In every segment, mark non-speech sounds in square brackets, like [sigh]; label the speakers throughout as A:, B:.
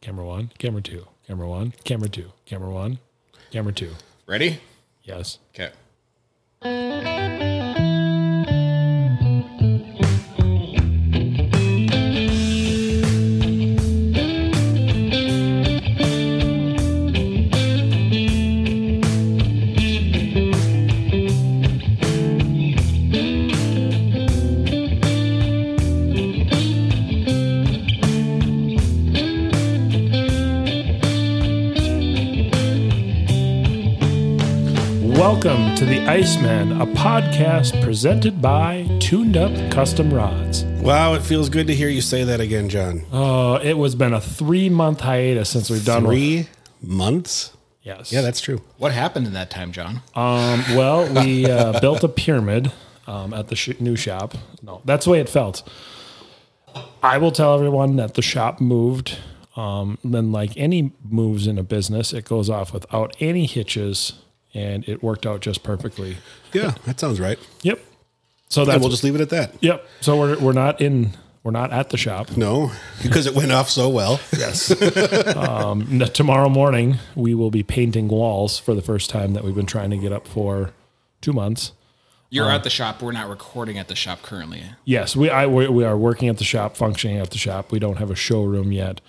A: Camera one, camera two, camera one, camera two, camera one, camera two.
B: Ready?
A: Yes.
B: Okay.
A: Welcome to The Iceman, a podcast presented by Tuned Up Custom Rods.
B: Wow, it feels good to hear you say that again, John.
A: Oh, it was been a three month hiatus since we've done one.
B: Three months?
A: Yes.
B: Yeah, that's true.
C: What happened in that time, John?
A: Um, well, we
B: [laughs]
A: uh, built a pyramid um, at the sh- new shop. No, that's the way it felt. I will tell everyone that the shop moved. Um, then, like any moves in a business, it goes off without any hitches, and it worked out just perfectly.
B: Yeah, that sounds right.
A: Yep. So
B: And
A: that's
B: we'll just leave it at that.
A: yep. So we're we're not in we're not at the shop.
B: No, because it went off so [laughs] well.
A: Yes. um, n- tomorrow morning, we will be painting walls for the first time that we've been trying to get up for two months.
C: You're at the shop. We're not recording at the shop currently.
A: Yes, we I we, we are working at the shop, functioning at the shop. We don't have a showroom yet.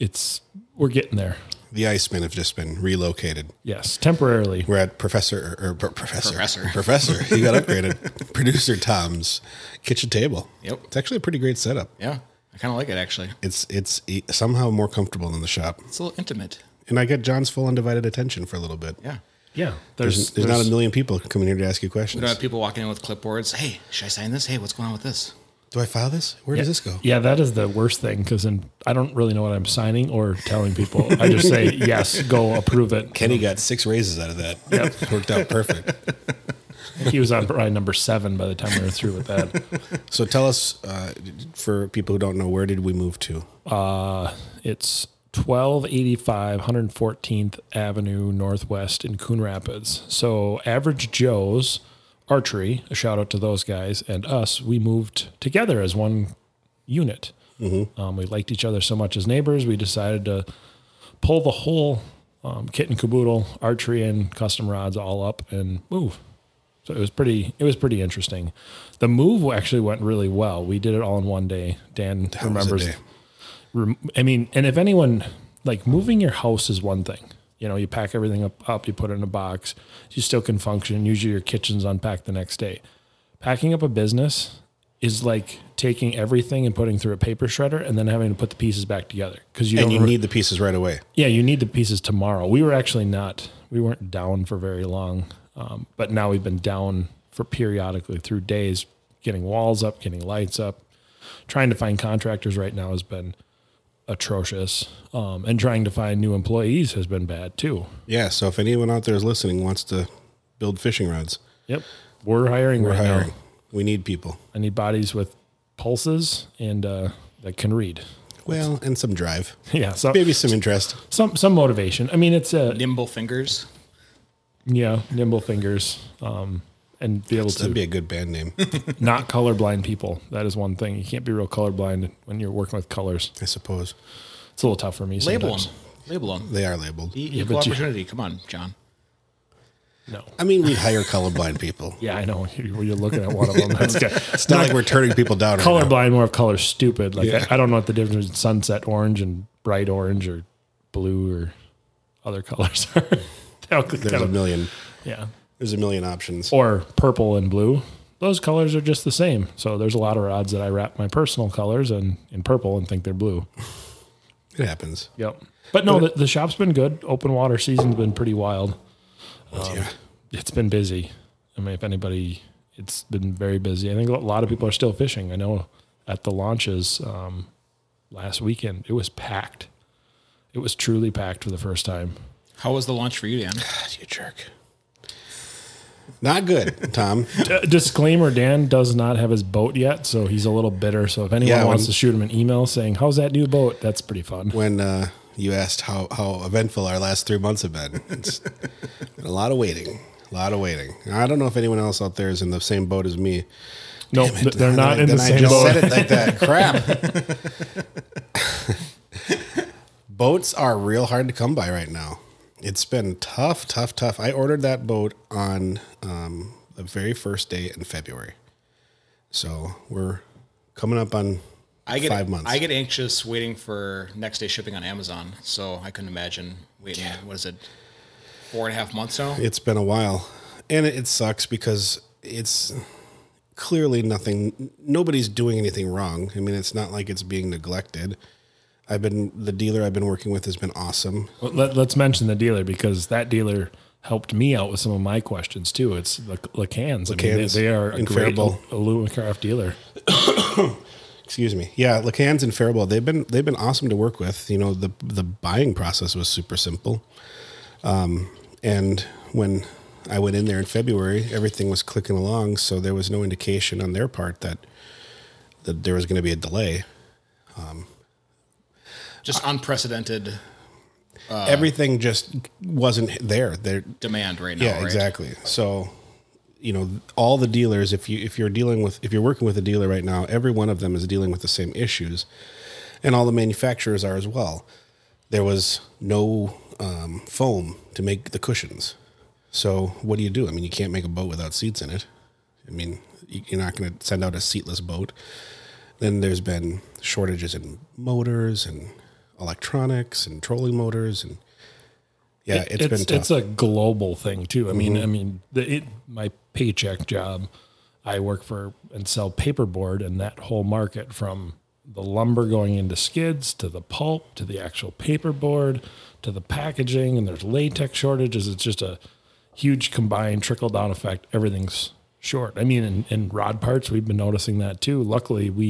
A: It's we're getting there.
B: The Icemen have just been relocated.
A: Yes, temporarily.
B: We're at Professor or, Pro- Professor
C: Professor.
B: [laughs] Professor. He got upgraded. Producer Tom's kitchen table.
C: Yep.
B: It's actually a pretty great setup.
C: Yeah, I kind of like it actually.
B: It's it's e- somehow more comfortable than the shop,
C: It's a little intimate.
B: and I get John's full undivided attention for a little bit.
C: Yeah.
A: Yeah,
B: There's,
A: there's
B: there's not a million people coming here to ask you
C: You
B: questions.
C: don't have people walking in with clipboards. Hey, should I sign this? Hey, what's going on with this?
B: Do I file this? Where does this go?
A: Yeah, that is the worst thing because I don't really know what I'm signing or telling people. I just [laughs] say yes, go approve it.
B: Kenny got six raises out of that.
A: Yep.
B: Worked out perfect.
A: He was on probably number seven by the time we were through with that.
B: So tell us, uh, for people who don't know, where did we move to?
A: It's 1285 114th Avenue Northwest in Coon Rapids. So, Average Joe's Archery, a shout out to those guys, and us, we moved together as one unit. Um, we liked each other so much as neighbors, we decided to pull the whole um, kit and caboodle, archery and custom rods all up and move. So it was pretty. It was pretty interesting. The move actually went really well. We did it all in one day. Dan
B: was a
A: remembers
B: day.
A: rem- I mean, and if anyone like moving your house is one thing. You know, you pack everything up, up, you put it in a box. You still can function. Usually, your kitchen's unpacked the next day. Packing up a business is like taking everything and putting through a paper shredder, and then having to put the pieces back together because you
B: And
A: don't.
B: you
A: re-
B: need the pieces right away.
A: yeah, you need the pieces tomorrow. We were actually not. We weren't down for very long, um, but now we've been down for periodically through days, getting walls up, getting lights up, trying to find contractors. Right now has been atrocious, um, and trying to find new employees has been bad too.
B: Yeah. So if anyone out there is listening wants to build fishing rods,
A: Yep, we're hiring
B: we're
A: right
B: hiring.
A: now.
B: We need people.
A: I need bodies with pulses and uh, that can read. [laughs]
B: Well, and some drive,
A: Yeah, so
B: maybe some interest.
A: some some motivation. I mean, it's a
C: Nimble fingers.
A: yeah, nimble fingers. Um, and be able to
B: That'd be a good band name.
A: not colorblind people. That is one thing. You can't be real colorblind when you're working with colors.
B: I suppose
A: It's a little tough for me.
C: Label
A: sometimes.
C: them. Label them.
B: they are labeled.
C: Equal
A: but you-
C: opportunity. Come on, John.
A: No.
B: I mean, we hire colorblind people.
A: Yeah, I know. You're, you're looking at one of them. That's good.
B: It's not like we're turning people down. right now.
A: colorblind, more of color stupid. Like
B: Yeah.
A: I, I don't know what the difference between sunset orange and bright orange or blue or other colors [laughs] are. They all kind
B: There's a
A: of-
B: million.
A: yeah.
B: There's a million options.
A: Or purple and blue. Those colors are just the same. So there's a lot of rods that I wrap my personal colors in, in purple and think they're blue.
B: It happens.
A: Yep. But no, the, the shop's been good. Open water season's been pretty wild. Um,
B: yeah. [sighs]
A: It's been busy. I mean, if anybody, it's been very busy. I think a lot of people are still fishing. I know at the launches um, last weekend, it was packed. It was truly packed for the first time.
C: How was the launch for you, Dan?
B: You jerk. Not good, Tom.
A: D- disclaimer: Dan does not have his boat yet, so he's a little bitter. So if anyone
B: Yeah,
A: wants
B: when-
A: to shoot him an email saying, "How's that new boat?" That's pretty fun.
B: when uh, you asked how, how eventful our last three months have been. It's been a lot of waiting, a lot of waiting. And I don't know if anyone else out there is in the same boat as me.
A: No, th- they're not in
B: then
A: the
B: I
A: same
B: just
A: boat. [laughs]
B: said it like that. Crap. [laughs] Boats are real hard to come by right now. It's been tough, tough, tough. I ordered that boat on um, the very first day in February, so we're coming up on
C: I get
B: five months.
C: I get anxious waiting for next day shipping on Amazon, so I couldn't imagine waiting. What is it? Four and a half months now.
B: it's been a while, and it, it sucks because it's clearly nothing. Nobody's doing anything wrong. I mean, it's not like it's being neglected. I've been the dealer I've been working with has been awesome.
A: Well, Let, let's mention the dealer because that dealer helped me out with some of my questions too. It's Le- Lacans. I mean,
B: Lacan's
A: they, they are a
B: in
A: great
B: Faribault.
A: aluminum dealer.
B: Excuse me. Yeah, Lacans and Faribault, they've been they've been awesome to work with. You know, the the buying process was super simple. Um, and when I went in there in February, everything was clicking along, so there was no indication on their part that that there was going to be a delay.
C: Just unprecedented
B: everything just wasn't there. There
C: demand right now.
B: Yeah,
C: right?
B: exactly. So, you know, all the dealers, if you if you're dealing with if you're working with a dealer right now, every one of them is dealing with the same issues, and all the manufacturers are as well. There was no um, foam to make the cushions, so what do you do? I mean, you can't make a boat without seats in it. I mean, you- you're not going to send out a seatless boat. Then there's been shortages in motors and electronics and trolling motors and yeah,
A: it's
B: it's been tough.
A: it's a global thing too. I mean, I mean, the, it my paycheck job, I work for and sell paperboard, and that whole market from the lumber going into skids to the pulp to the actual paperboard to the packaging, and there's latex shortages. It's just a huge combined trickle down effect. Everything's short. I mean, in, in rod parts, we've been noticing that too. Luckily, we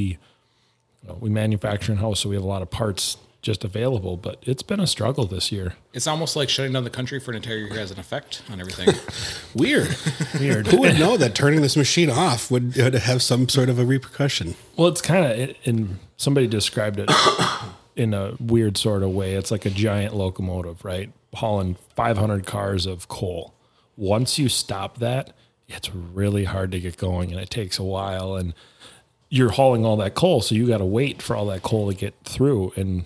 A: you know, we manufacture in house, so we have a lot of parts just available. But it's been a struggle this year.
C: It's almost like shutting down the country for an entire year has an effect on [laughs] everything.
B: [laughs] Weird.
A: Weird. [laughs]
B: Who would know that turning this machine off would, would have some sort of a repercussion?
A: Well, it's kind of, and somebody described it [coughs] in a weird sort of way. It's like a giant locomotive, right? Hauling 500 cars of coal. Once you stop that, it's really hard to get going and it takes a while. And you're hauling all that coal. So you got to wait for all that coal to get through. And,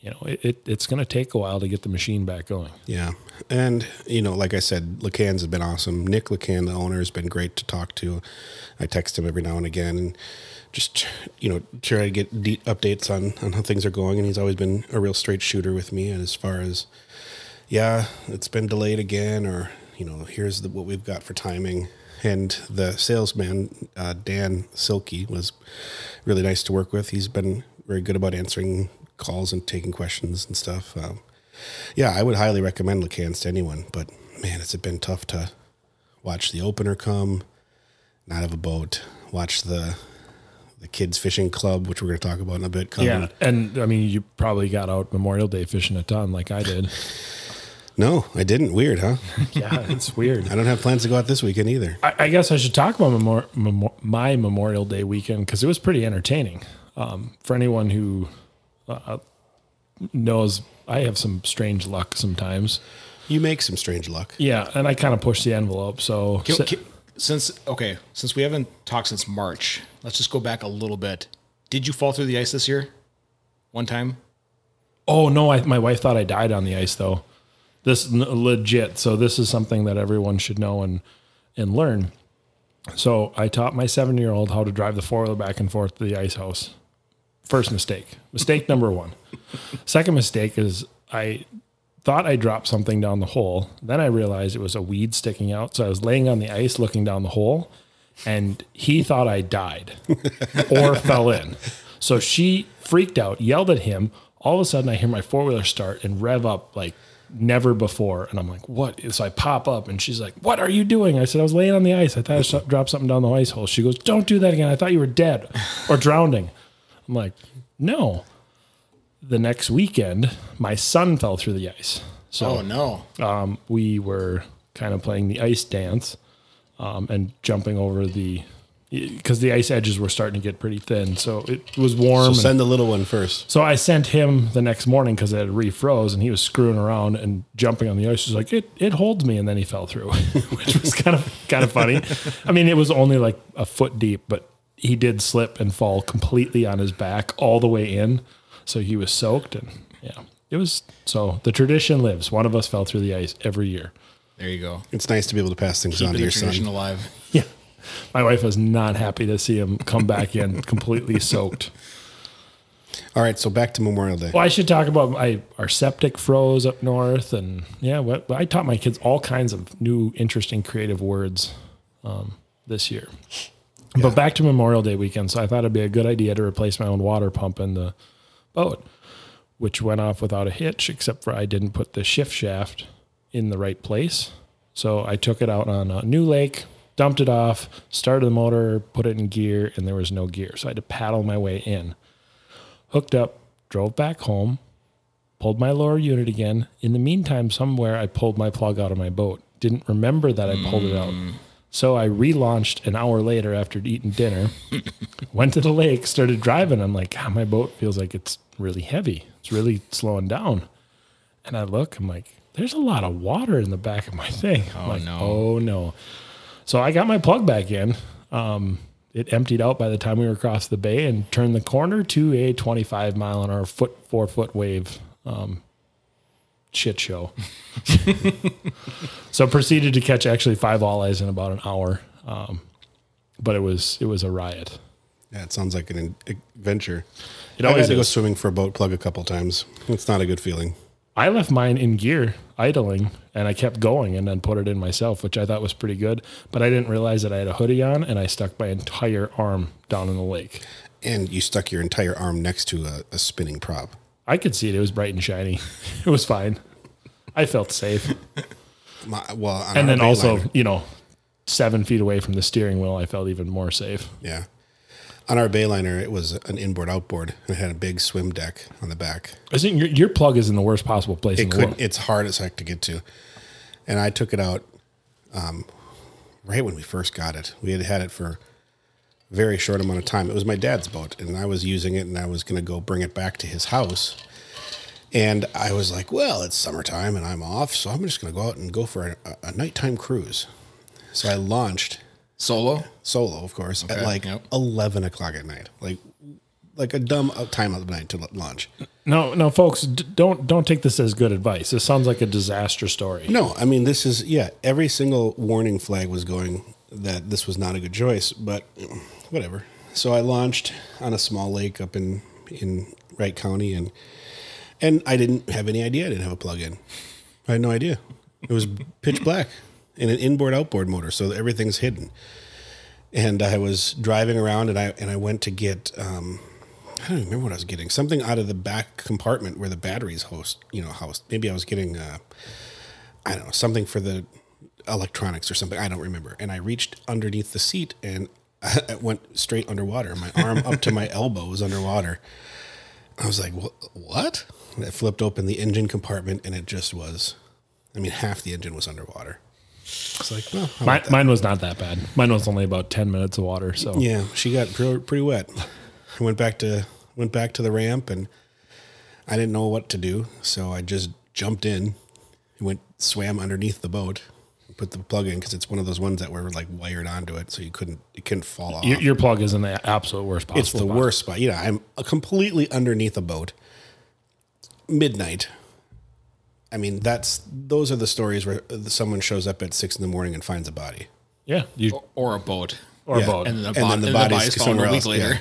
A: you know, it, it, it's going to take a while to get the machine back going.
B: Yeah. And, you know, like I said, Lacan's has been awesome. Nick Lacan, the owner, has been great to talk to. I text him every now and again and just, you know, try to get de- updates on, on how things are going. And he's always been a real straight shooter with me. And as far as, yeah, it's been delayed again, or, you know, here's the, what we've got for timing. And the salesman, uh, Dan Silky, was really nice to work with. He's been very good about answering calls and taking questions and stuff. Um, yeah, I would highly recommend Lacans to anyone, but man, it's been tough to watch the opener come, not have a boat, watch the the kids fishing club, which we're going to talk about in a bit. Come.
A: And I mean, you probably got out Memorial Day fishing a ton like I did.
B: No, I didn't. Weird, huh?
A: [laughs] yeah, it's weird.
B: I don't have plans to go out this weekend either.
A: I, I guess I should talk about memor- memor- my Memorial Day weekend because it was pretty entertaining. Um, for anyone who uh, knows, I have some strange luck sometimes.
B: You make some strange luck.
A: Yeah, and I kind of push the envelope. So,
C: Can-
A: so-
C: can- since okay, since we haven't talked since March, let's just go back a little bit. Did you fall through the ice this year? One time.
A: oh no, I, my wife thought I died on the ice though. This n- legit. So this is something that everyone should know and and learn. So I taught my seven year old how to drive the four wheeler back and forth to the ice house. First mistake. Mistake number one. Second mistake is I thought I dropped something down the hole. Then I realized it was a weed sticking out. So I was laying on the ice looking down the hole, and he thought I died or fell in. So she freaked out, yelled at him. All of a sudden, I hear my four wheeler start and rev up like never before. And I'm like, what? So I pop up, and she's like, what are you doing? I said, I was laying on the ice. I thought I so- dropped something down the ice hole. She goes, don't do that again. I thought you were dead or drowning. I'm like, no. The next weekend, my son fell through the ice. So
C: Oh no.
A: um, we were kind of playing the ice dance um, and jumping over the because the ice edges were starting to get pretty thin, so it was warm.
B: So
A: and-
B: send the little one first.
A: so I sent him the next morning because it had refroze, and he was screwing around and jumping on the ice. He's like, "It it holds me," and then he fell through, [laughs] which was kind of kind of funny. I mean, it was only like a foot deep, but he did slip and fall completely on his back all the way in, so he was soaked. And yeah, It was so the tradition lives. One of us fell through the ice every year.
C: There you go.
B: It's nice to be able to pass things on
C: Keeping
B: to
C: the
B: your son.
C: tradition alive.
A: Yeah. My wife was not happy to see him come back in completely soaked.
B: All right, so back to Memorial Day.
A: Well, I should talk about my, our septic froze up north, and yeah, what I taught my kids all kinds of new, interesting, creative words um, this year. But back to Memorial Day weekend, so I thought it'd be a good idea to replace my own water pump in the boat, which went off without a hitch, except for I didn't put the shift shaft in the right place. So I took it out on a new lake, dumped it off, started the motor, put it in gear, and there was no gear. So I had to paddle my way in hooked up, drove back home, pulled my lower unit again. In the meantime, somewhere I pulled my plug out of my boat. Didn't remember that I pulled it out. So I relaunched an hour later after eating dinner, went to the lake, started driving. I'm like, God, my boat feels like it's really heavy. It's really slowing down. And I look, I'm like, there's a lot of water in the back of my thing. I'm like,
C: no.
A: oh no. So I got my plug back in. Um, it emptied out by the time we were across the bay and turned the corner to a 25 mile an hour foot four foot wave um, shit show. so proceeded to catch actually five all eyes in about an hour, um, but it was it was a riot.
B: Yeah, it sounds like an in- adventure.
A: It
B: I've
A: always
B: had to go
A: is.
B: swimming for a boat plug a couple times. It's not a good feeling.
A: I left mine in gear idling and I kept going and then put it in myself, which I thought was pretty good. But I didn't realize that I had a hoodie on and I stuck my entire arm down in the lake.
B: And you stuck your entire arm next to a, a spinning prop.
A: I could see it. It was bright and shiny. [laughs] It was fine. I felt safe.
B: My, well, on
A: And
B: our
A: then also,
B: Bayliner-
A: you know, seven feet away from the steering wheel, I felt even more safe.
B: yeah, on our Bayliner, it was an inboard outboard and it had a big swim deck on the back.
A: Isn't your, your plug is in the worst possible place in
B: It
A: the
B: could.
A: world?
B: It's hard as heck to get to. And I took it out um, right when we first got it. We had had it for a very short amount of time. It was my dad's boat, and I was using it, and I was going to go bring it back to his house. And I was like, well, it's summertime and I'm off, so I'm just going to go out and go for a, a nighttime cruise. So I launched
C: Solo.
B: solo, of course, at
C: Okay,
B: like
C: yep.
B: 11 o'clock at night, like like a dumb uh, time of the night to launch.
A: no, no, folks, d- don't don't take this as good advice. This sounds like a disaster story.
B: No, I mean this is yeah. Every single warning flag was going that this was not a good choice, but whatever. So I launched on a small lake up in in Wright County, and and I didn't have any idea. I didn't have a plug-in. I had no idea. It was pitch black in an inboard outboard motor, so everything's hidden. And I was driving around, and I and I went to get. Um, I don't even remember what I was getting. Something out of the back compartment where the batteries host, you know, housed. Maybe I was getting uh, I don't know, something for the electronics or something. I don't remember. And I reached underneath the seat and [laughs] it went straight underwater. My arm up to my elbow was underwater. I was like, "Wha- what? And I flipped open the engine compartment and it just was, I mean, half the engine was underwater. It's like, well, how
A: Mi-
B: about
A: mine was not that bad. Mine was only about 10 minutes of water. So
B: that? yeah, she got pre- pretty wet. I went back to, went back to the ramp and I didn't know what to do. So I just jumped in and went, swam underneath the boat, put the plug in because it's one of those ones that were like wired onto it. So you couldn't, it couldn't fall off.
A: your, your plug is in the absolute worst possible
B: it's the
A: spot.
B: worst spot. You know, I'm completely underneath a boat, midnight. I mean, that's, those are the stories where someone shows up at six in the morning and finds a body.
A: Yeah. You,
C: Or a boat.
A: or
B: Oh, Yeah.
A: both.
C: And then the,
B: then
C: bo-
B: the
C: and the
B: body's
C: body's found
B: somewhere
C: a week
B: else,
C: later.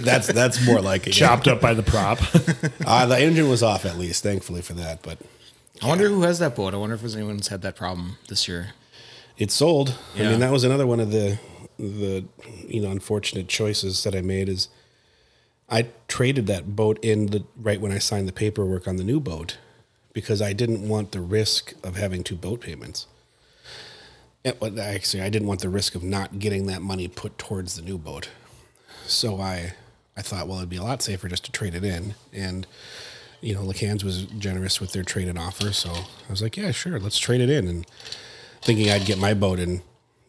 B: that's, that's more like it.
A: Chopped up
B: [laughs]
A: by the prop. [laughs]
B: Uh, the engine was off at least, thankfully for that, but
C: I wonder who has that boat. I wonder if there's anyone's had that problem this [laughs] year.
B: it sold. I
C: Yeah.
B: mean, that was another one of the the you know unfortunate choices that I made is I traded that boat in the right when I signed the paperwork on the new boat because I didn't want the risk of having two boat payments. And, well, actually, I didn't want the risk of not getting that money put towards the new boat. So I I thought, well, it'd be a lot safer just to trade it in and. You know, Lacans was generous with their trade-in offer, so I was like, "Yeah, sure, let's trade it in." And thinking I'd get my boat in,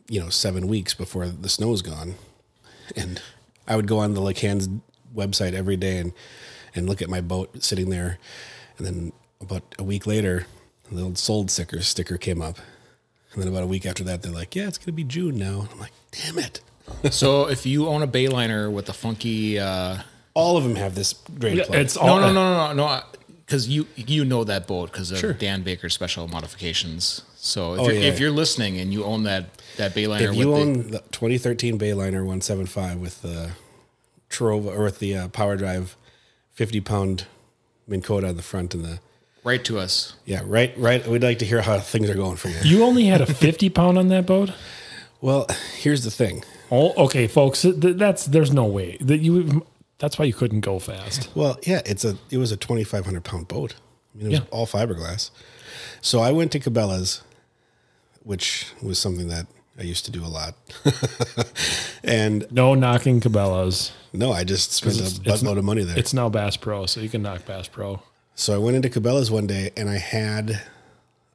B: you know, seven weeks before the snow's gone. And I would go on the Lacan's website every day and, and look at my boat sitting there. And then about a week later, the old sold sticker sticker came up. And then about a week after that, they're like, yeah, it's going to be June now. And I'm like, damn it.
C: so if you own a Bayliner with a funky, uh,
B: All of them have this drain plug.
A: it's all.
C: no, no, no, no, no, no, because you you know that boat because of Dan Baker's special modifications. So if, you're,
B: Oh, yeah.
C: if you're listening and you own that that Bayliner,
B: If
C: with
B: you
C: the-
B: own the 2013 Bayliner 175 with the Trova or with the uh, Power Drive 50 pound Minn Kota on the front and the
C: write to us.
B: yeah right right we'd like to hear how things are going for you.
A: You only had a 50 pound on that boat?
B: Well, here's the thing.
A: Oh, okay, folks. th- That's there's no way that you. That's why you couldn't go fast.
B: Well, yeah, it's a it was a 2,500 pound boat. I mean, it was
A: Yeah.
B: all fiberglass. So I went to Cabela's, which was something that I used to do a lot. [laughs] and
A: No knocking Cabela's.
B: no, I just spent a
A: it's- it's
B: buttload of money there.
A: It's now Bass Pro, so you can knock Bass Pro.
B: So I went into Cabela's one day and I had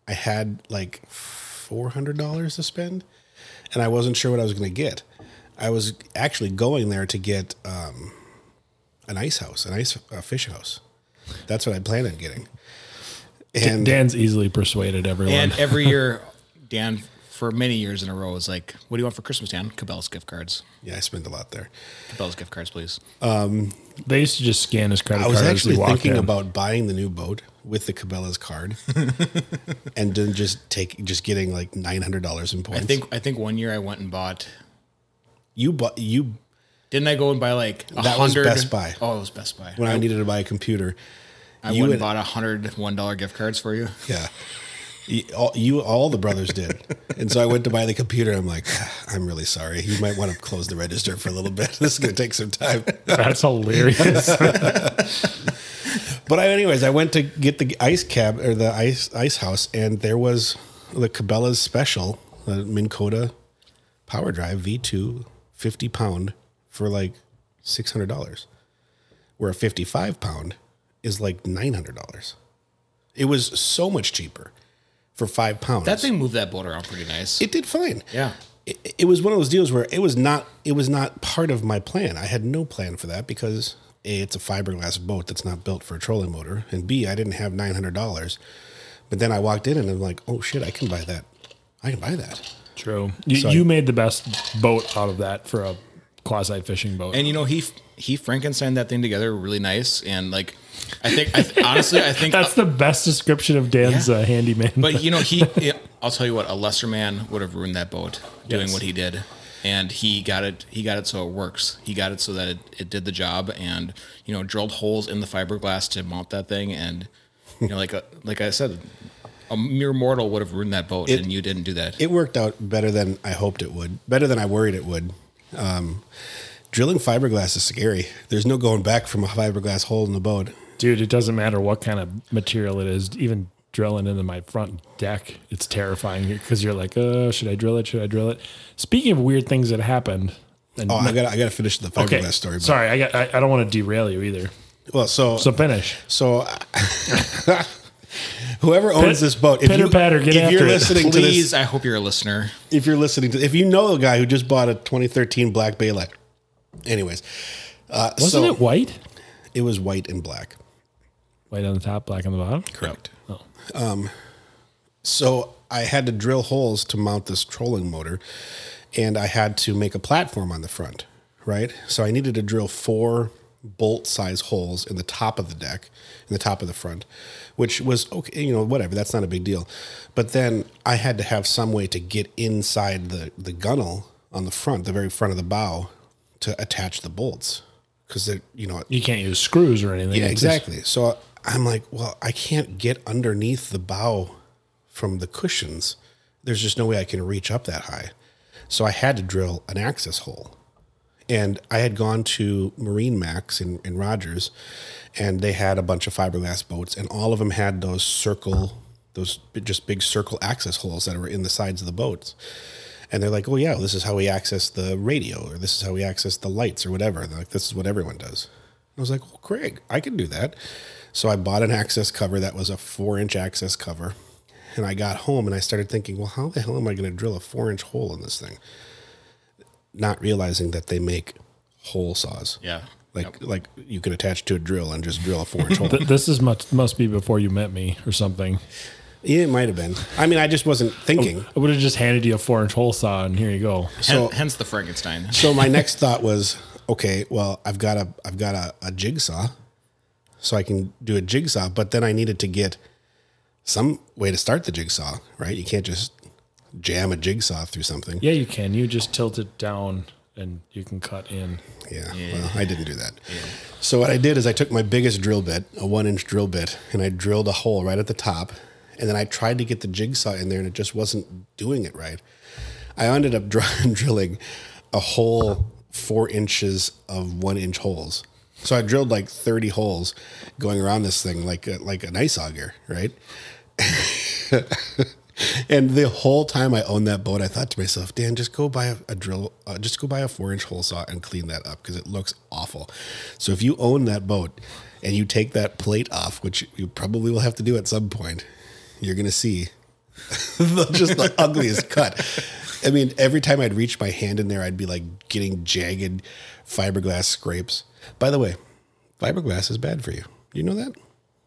B: I had like four hundred dollars to spend and I wasn't sure what I was gonna get. I was actually going there to get um, an ice house, an ice uh, fish house. That's what I planned on getting. And
A: Dan's easily persuaded everyone.
C: And
B: [laughs]
C: every year, Dan, for many years in a row, is like, "What do you want for Christmas, Dan? Cabela's gift cards.
B: yeah, I spent a lot there.
C: Cabela's gift cards, please."
A: they used to just scan his credit
B: I
A: card.
B: was
A: as he
B: actually
A: walked
B: thinking
A: in.
B: about buying the new boat with the Cabela's card and then just take just getting like nine hundred dollars in points.
C: I think I think one year I went and bought.
B: you bought you
C: Didn't I go and buy like a
B: That was
C: hundred?
B: Best Buy.
C: Oh, it was Best Buy.
B: when I needed to buy a computer.
C: I
B: you
C: went
B: had-
C: and bought a hundred one dollar gift cards for you.
B: Yeah. You all, you, all the brothers did. And so I went to buy the computer. I'm like, "Ah, I'm really sorry. You might want to close the register for a little bit. [laughs] This is going to take some time.
A: That's hilarious.
B: But I, anyways, I went to get the ice cab or the ice ice house, and there was the Cabela's special, the Minn Kota Power Drive V2, 50 pound for like $600, where a 55 pound is like $900. It was so much cheaper for five pounds.
C: That thing moved that boat around pretty nice.
B: it did fine.
C: yeah.
B: it, it was one of those deals where it was not it was not part of my plan. I had no plan for that because a it's a fiberglass boat that's not built for a trolling motor, and b I didn't have nine hundred dollars. But then I walked in and I'm like, oh shit, I can buy that. I can buy that.
A: True. You,
B: So I-
A: you made the best boat out of that for a quasi fishing boat.
C: And you know he he Frankenstein that thing together really nice and like I think I th- honestly I think
A: [laughs] That's the best description of Dan's
C: Yeah.
A: uh, handyman.
C: But you know, he. I'll tell you what. A lesser man would have ruined that boat doing
A: Yes.
C: what he did, and he got it. He got it so it works. He got it so that it, it did the job, and you know, drilled holes in the fiberglass to mount that thing, and you know, like a, like I said, a mere mortal would have ruined that boat, and you didn't do that.
B: It worked out better than I hoped it would, better than I worried it would. Um, drilling fiberglass is scary. There's no going back from a fiberglass hole in the boat.
A: [laughs] Dude, it doesn't matter what kind of material it is, even drilling into my front deck, it's terrifying because you're like, uh, should I drill it? Should I drill it? Speaking of weird things that happened, and
B: Oh, I got I got to finish the fiberglass
A: okay,
B: story. but-
A: sorry, I got, I, I don't want to derail you either.
B: Well, so
A: So finish.
B: So, [laughs] whoever
A: Pit-
B: owns this boat, if, you,
A: pitter-patter, get
B: if
A: after
B: you're
A: it.
B: listening to
C: Please,
B: this,
C: I hope you're a listener.
B: if you're listening to, if you know a guy who just bought a 2013 black Bayliner, anyways, uh,
A: Wasn't
B: so
A: it white?
B: it was white and black.
A: White on the top, black on the bottom. Oh,
B: Correct. Um, so I had to drill holes to mount this trolling motor, and I had to make a platform on the front, right? So I needed to drill four bolt size holes in the top of the deck, in the top of the front, which was okay, you know, whatever, that's not a big deal. But then I had to have some way to get inside the, the gunnel on the front, the very front of the bow, to attach the bolts. Because they're, you know,
A: You can't use screws or anything.
B: yeah,
A: It's just-
B: exactly. So I'm like, well, I can't get underneath the bow from the cushions. There's just no way I can reach up that high. So I had to drill an access hole. And I had gone to Marine Max in, in Rogers, and they had a bunch of fiberglass boats, and all of them had those circle, those bi- just big circle access holes that were in the sides of the boats. And they're like, oh, yeah, this is how we access the radio, or this is how we access the lights, or whatever. They're like, this is what everyone does. I was like, well, Craig, I can do that. So I bought an access cover that was a four inch access cover. And I got home and I started thinking, well, how the hell am I going to drill a four inch hole in this thing? Not realizing that they make hole saws.
C: Yeah.
B: Like, like you can attach to a drill and just drill a four inch hole.
A: Th- This is must must be before you met me or something.
B: Yeah, it might have been. I mean, I just wasn't thinking.
A: I would have just handed you a four inch hole saw and here you go.
C: Hen- hence the
B: [laughs]
C: Frankenstein.
B: So my next thought was, okay, well, I've got a I've got a, a jigsaw. so I can do a jigsaw. But then I needed to get some way to start the jigsaw, right? You can't just jam a jigsaw through something.
A: Yeah, you can. You just tilt it down and you can cut in.
B: Yeah. Well, I didn't do that. So what I did is I took my biggest drill bit, a one inch drill bit, and I drilled a hole right at the top. And then I tried to get the jigsaw in there and it just wasn't doing it right. I ended up dr- [laughs] drilling a hole four inches of one inch holes. So I drilled like 30 holes going around this thing like a, like an ice auger, right? and the whole time I owned that boat, I thought to myself, Dan, just go buy a, a drill, uh, just go buy a four inch hole saw and clean that up because it looks awful. So if you own that boat and you take that plate off, which you probably will have to do at some point, you're going to see [laughs] the-
A: [laughs]
B: just the ugliest cut. I mean, every time I'd reach my hand in there, I'd be like getting jagged fiberglass scrapes. By the way, fiberglass is bad for you. You know that?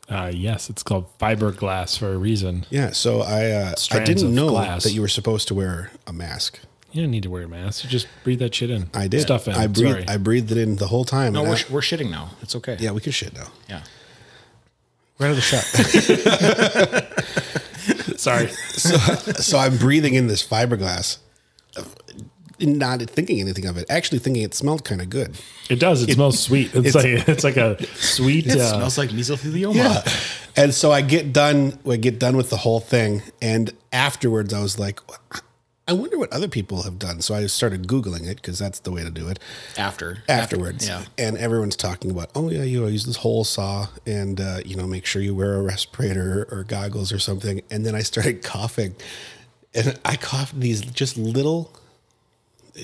A: Uh, yes, it's called fiberglass for a reason.
B: Yeah. So I uh, I
A: Strands
B: didn't
A: of
B: know
A: glass.
B: that you were supposed to wear a mask.
A: You don't need to wear a mask. You just breathe that shit in.
B: I did.
A: Stuff in.
B: I breathed.
A: Sorry.
B: I breathed it in the whole time.
C: No,
B: and
C: we're,
B: I-
C: sh- we're shitting now. It's okay.
B: yeah, we can shit now.
C: Yeah.
B: Right out of the [laughs] shot.
A: Sorry.
B: [laughs] so I'm breathing in this fiberglass, uh, not thinking anything of it. Actually, thinking it smelled kind of good.
A: It does. It, smells sweet. It's, like it's like a sweet. uh,
C: like mesothelioma.
B: Yeah. Uh, And so I get done, I get done with the whole thing. And afterwards I was like, I wonder what other people have done. So I started Googling it because that's the way to do it
C: After.
B: afterwards.
C: Yeah.
B: And everyone's talking about, oh yeah, you know, use this hole saw and, uh, you know, make sure you wear a respirator or goggles or something. And then I started [laughs] coughing and I coughed these just little,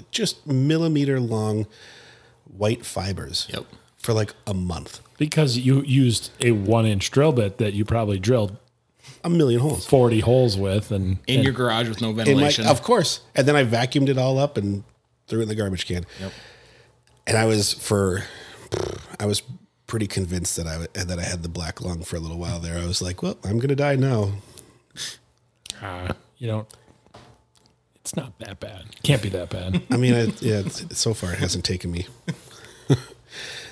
B: just millimeter long white fibers
C: Yep.
B: for like a month,
A: because you used a one inch drill bit that you probably drilled
B: a million holes.
A: 40 holes with and,
C: In your garage with no
B: in my,
C: ventilation.
B: of course. And then I vacuumed it all up and threw it in the garbage can.
C: Yep.
B: And I was for, I was pretty convinced that I w- that I had the black lung for a little while there. I was like, well, I'm gonna die now.
A: uh, you don't it's not that bad can't be that bad
B: I mean, I, yeah, it's, so far it hasn't taken me. [laughs]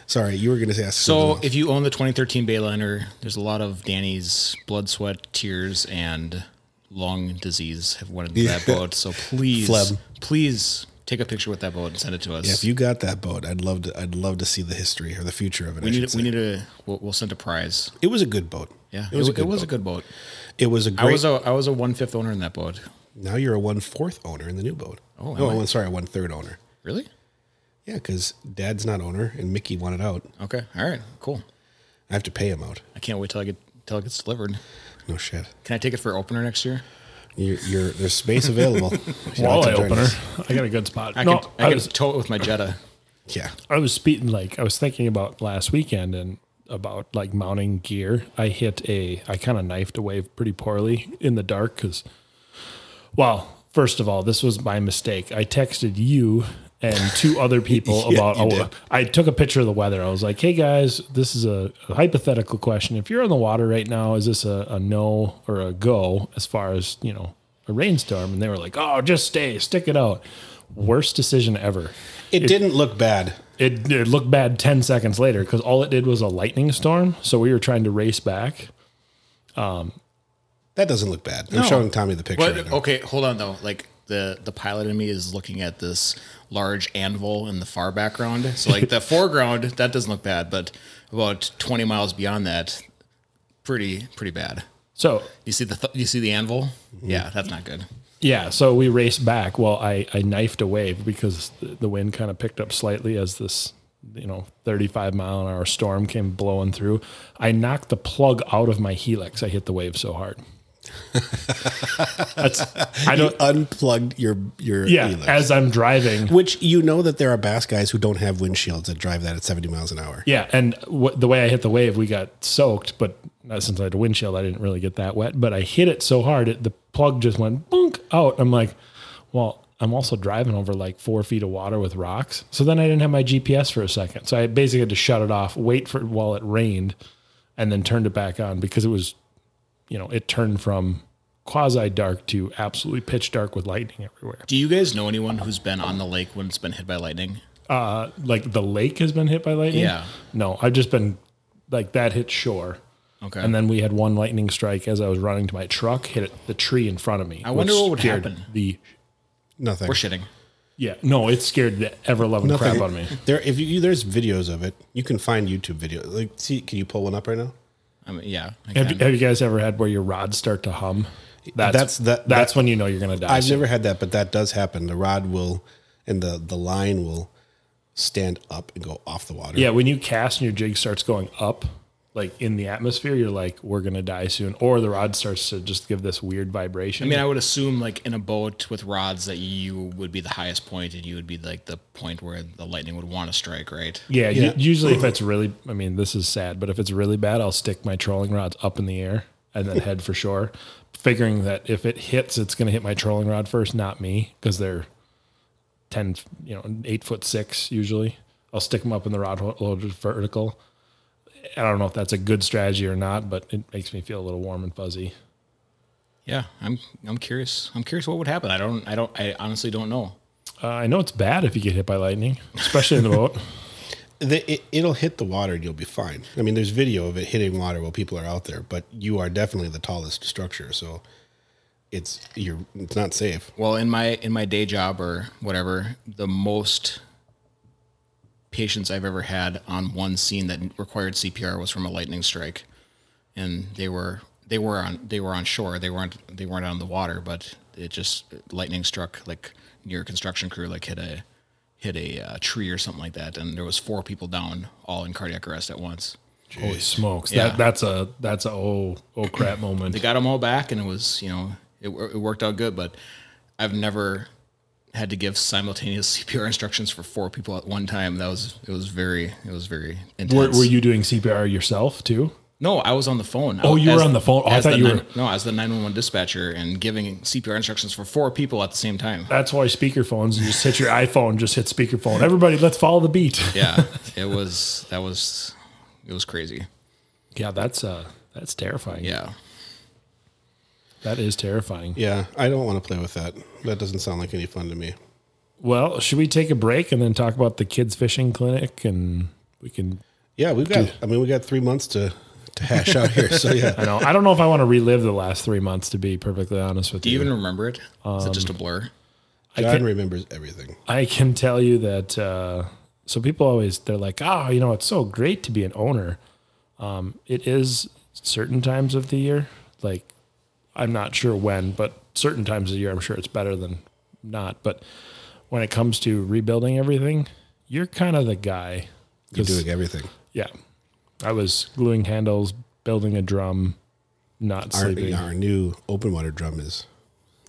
B: Sorry, you were gonna ask.
C: So
B: something else.
C: if you own the 2013 Bayliner, there's a lot of Danny's blood, sweat, tears, and lung disease have went into
B: [laughs]
C: that boat. So please,
B: Phlegm.
C: please take a picture with that boat and send it to us.
B: if you got that boat, I'd love to. I'd love to see the history or the future of it.
C: we
B: I should
C: need,
B: say.
C: we need a, we'll, we'll send a prize.
B: it was a good boat.
C: Yeah,
B: it was.
C: it,
B: a good
C: was
B: boat.
C: a good boat.
B: It was a
C: I
B: great.
C: was a I was a one fifth owner in that boat.
B: now you're a one fourth owner in the new boat.
C: Oh, am
B: no, I'm sorry, a one third owner.
C: Really?
B: Yeah, because Dad's not owner, and Mickey wanted out.
C: Okay. All right. Cool.
B: I have to pay him out.
C: I can't wait till I get till it gets delivered.
B: No shit.
C: Can I take it for opener next year?
B: You're, you're there's
A: [laughs]
B: space available. If you'd like
A: walleye
B: to join
A: opener
B: us.
A: i got a good spot
C: I
A: no
C: can
A: I
C: I, can
A: was
C: tow it with my Jetta.
B: Yeah,
A: I was speaking like I was thinking about last weekend and about like mounting gear. I hit a I kind of knifed a wave pretty poorly in the dark because, well, first of all, this was my mistake. I texted you and two other people
B: [laughs] Yeah,
A: about.
B: you
A: Oh,
B: did.
A: I took a picture of the weather. I was like, "Hey guys, this is a, a hypothetical question. If you're on the water right now, is this a, a no or a go as far as you know a rainstorm?" And they were like, "Oh, just stay, stick it out." Worst decision ever
B: it, didn't look bad.
A: it, it looked bad 10 seconds later because all it did was a lightning storm. So we were trying to race back.
B: That doesn't look bad. I'm showing Tommy the picture. right
C: But
A: oh,
B: now.
C: okay, hold on though. Like the the pilot in me is looking at this large anvil in the far background. So like [laughs] the foreground that doesn't look bad, but about 20 miles beyond that, pretty pretty bad.
A: So,
C: You see the th- you see the anvil? Yeah, that's not good.
A: yeah, so we raced back. Well, I, I knifed a wave because th- the wind kind of picked up slightly as this, you know, 35 mile an hour storm came blowing through. I knocked the plug out of my helix. I hit the wave so
B: [laughs]
A: hard. That's, I
B: You
A: don't,
B: unplugged your your
A: yeah,
B: helix.
A: as I'm driving.
B: which you know that there are bass guys who don't have windshields that drive that at 70 miles an hour.
A: Yeah, and w- the way I hit the wave, we got soaked. But not since I had a windshield, I didn't really get that wet. But I hit it so hard, it, the plug just went boonk out. I'm like, well, I'm also driving over like four feet of water with rocks. So then I didn't have my GPS for a second. So I basically had to shut it off, wait for while it rained, and then turned it back on because it was, you know, it turned from quasi dark to absolutely pitch dark with lightning everywhere.
C: Do you guys know anyone who's been on the lake when it's been hit by lightning?
A: Like the lake has been hit by lightning.
C: Yeah.
A: No, I've just been like that hit shore.
C: Okay.
A: And then we had one lightning strike as I was running to my truck, hit the tree in front of me.
C: I wonder
A: which
C: what would
A: scared
C: happen.
A: The
B: Nothing.
C: We're shitting.
A: yeah, no, it scared the ever loving
B: Nothing.
A: crap out of me.
B: There, if you, there's videos of it, you can find YouTube videos. Like, see, can you pull one up right now?
C: I mean, yeah. I
A: Have,
C: can.
A: you- have you guys ever had where your rods start to hum? That's
B: That's-
A: that's
B: that-
A: that's
B: that-
A: when you know you're gonna die.
B: I've never had that, but that does happen. The rod will, and the the line will stand up and go off the water.
A: yeah, when you cast and your jig starts going up, like in the atmosphere, you're like, we're gonna die soon, or the rod starts to just give this weird vibration.
C: I mean, I would assume like in a boat with rods that you would be the highest point and you would be like the point where the lightning would want to strike, right?
A: yeah, u- usually [laughs] if it's really, I mean, this is sad, but if it's really bad, I'll stick my trolling rods up in the air and then head for shore, figuring that if it hits, it's gonna hit my trolling rod first, not me, because they're ten, you know, eight foot six usually. I'll stick them up in the rod ho- holder vertical. I don't know if that's a good strategy or not, but it makes me feel a little warm and fuzzy.
C: Yeah, I'm I'm curious. I'm curious what would happen. I don't I don't I honestly don't know.
A: Uh, I know it's bad if you get hit by lightning, especially in the boat.
B: the, it, it'll hit the water and you'll be fine. I mean, there's video of it hitting water while people are out there, but you are definitely the tallest structure, so it's you're it's not safe.
C: Well, in my in my day job or whatever, the most patients I've ever had on one scene that required CPR was from a lightning strike, and they were they were on they were on shore. They weren't they weren't on the water, but it just lightning struck like near a construction crew, like hit a hit a uh, tree or something like that, and there was four people down, all in cardiac arrest at once.
A: [laughs] Holy smokes!
C: Yeah.
A: That that's a that's a oh oh crap moment.
C: they got them all back and it was you know it, wor- it worked out good but i've never had to give simultaneous [laughs] cpr instructions for four people at one time that was it was very it was very intense
A: Were, were you doing CPR yourself too?
C: no i was on the phone
A: Oh, you were on the phone. Oh, I
C: as
A: thought
C: the
A: you
C: nine-
A: were-
C: no as the 911 dispatcher and giving cpr instructions for four people at the
A: [laughs]
C: same time
A: That's why speakerphones. You just hit your iPhone. Just hit speakerphone. Everybody, let's follow the beat.
C: yeah it was that was it was crazy
A: [laughs] Yeah, that's uh that's terrifying.
C: yeah
A: that is terrifying.
B: Yeah, I don't want to play with that. That doesn't sound like any fun to me.
A: Well, should we take a break and then talk about the kids fishing clinic and we can.
B: Yeah, we've got. I mean, we got three months to to hash out here. So
A: [laughs]
B: yeah,
A: I know. I don't know if I want to relive the last three months. To be perfectly honest with
C: do you
A: you,
C: even remember it? Is it just a
A: Um,
C: blur
B: John remembers everything.
A: I can tell you that. Uh, so people always they're like, oh, you know, it's so great to be an owner. Um, it is certain times of the year. Like, I'm not sure when, but certain times of the year, I'm sure it's better than not. But when it comes to rebuilding everything, you're kind of the guy.
B: You're
A: 'Cause-
B: doing everything.
A: Yeah, I was gluing handles, building a drum, not
B: Our,
A: sleeping.
B: our new open water drum is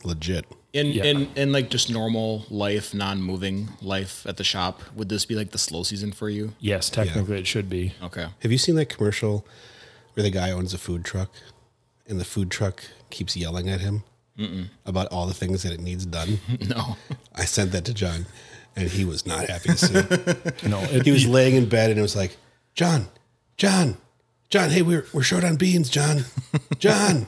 B: legit.
C: in
A: Yeah.
C: in in like just normal life non-moving life at the shop would this be like the slow season for you
A: Yes, technically it should be.
C: okay [laughs]
B: Have you seen that commercial where the guy owns a food truck and the food truck keeps yelling at him about all the things that it needs done?
C: No.
B: I sent that to John and he was not happy to see it.
A: [laughs] No, it,
B: He was laying in bed and it was like, John, John, John, hey, we're, we're short on beans, John, John.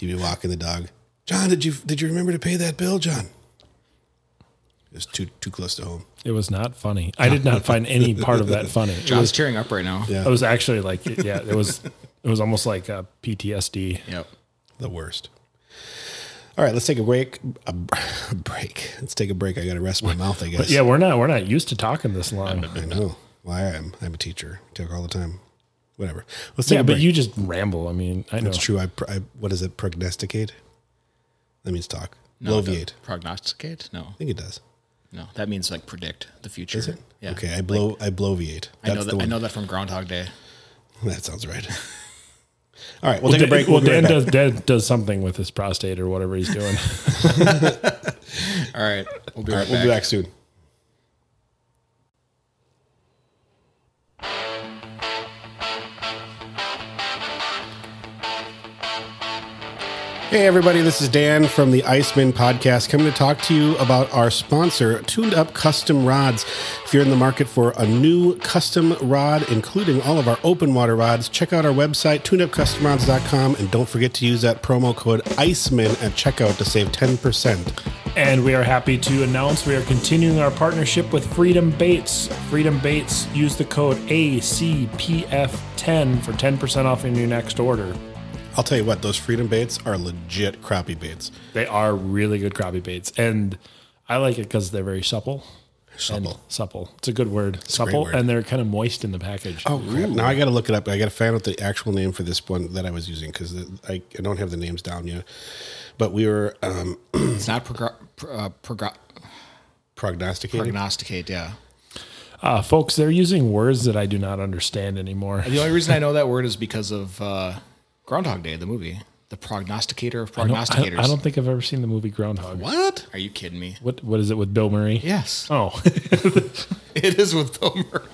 B: He'd be walking the dog. John, did you did you remember to pay that bill, John? It was too too close to home.
A: it was not funny. I did not find any part of that funny.
C: John's tearing up right now.
B: Yeah.
A: I was actually like, yeah, it was, it was almost like a PTSD.
C: Yep.
B: the worst. All right, let's take a break. A, br- [laughs] a break. Let's take a break. I got to rest my mouth, I guess.
A: Yeah, we're not, we're not used to talking this long.
B: I know. Why I'm I'm a teacher. Talk all the time. Whatever. Let's take
A: Yeah,
B: a
A: but
B: break.
A: you just ramble. I mean, I know.
B: That's true. I, pr- I what is it? Prognosticate. That means talk.
C: No,
B: Bloviate.
C: the Prognosticate? No.
B: I think it does.
C: No. That means like predict the future. Is it? Yeah.
B: Okay. I blow. I bloviate. That's
C: I know
B: the
C: that I
B: one.
C: know that from Groundhog Day.
B: [laughs] That sounds right. [laughs] All right,
A: Well,
B: we'll,
A: Dan,
B: take a break.
A: well,
B: We'll be right
A: Dan
B: back.
A: does, Dan does something with his prostate or whatever he's doing. [laughs]
C: All right. We'll be
B: All
C: right
B: right,
C: back.
B: we'll be back soon. Hey, everybody, this is Dan from the Iceman Podcast coming to talk to you about our sponsor, Tuned Up Custom Rods. If you're in the market for a new custom rod, including all of our open water rods, check out our website, tunedupcustomrods.com, and don't forget to use that promo code ICEMAN at checkout to save 10%.
A: And we are happy to announce we are continuing our partnership with Freedom Baits. Freedom Baits, use the code ACPF10 for 10% off in your next order.
B: I'll tell you what, those freedom baits are legit crappie baits.
A: They are really good crappie baits. And I like it because they're very supple.
B: Supple.
A: Supple. It's a good word. supple.
B: word.
A: And they're kind of moist in the package.
B: Oh, crap. Now I got to look it up. I got to find out the actual name for this one that I was using because I, I don't have the names down yet. But we were um,
C: It's not prog- uh, prog-
B: prognosticating.
C: prognosticate. Yeah.
A: Uh, folks, they're using words that I do not understand anymore.
C: The only reason I know that word is because of uh, Groundhog Day, the movie, the prognosticator of
A: I don't-
C: prognosticators.
A: I, I don't think I've ever seen the movie Groundhog.
B: what?
C: Are you kidding me?
A: What, what is it with Bill Murray?
C: Yes,
A: Oh,
C: [laughs]
A: [laughs]
C: it is with Bill Murray.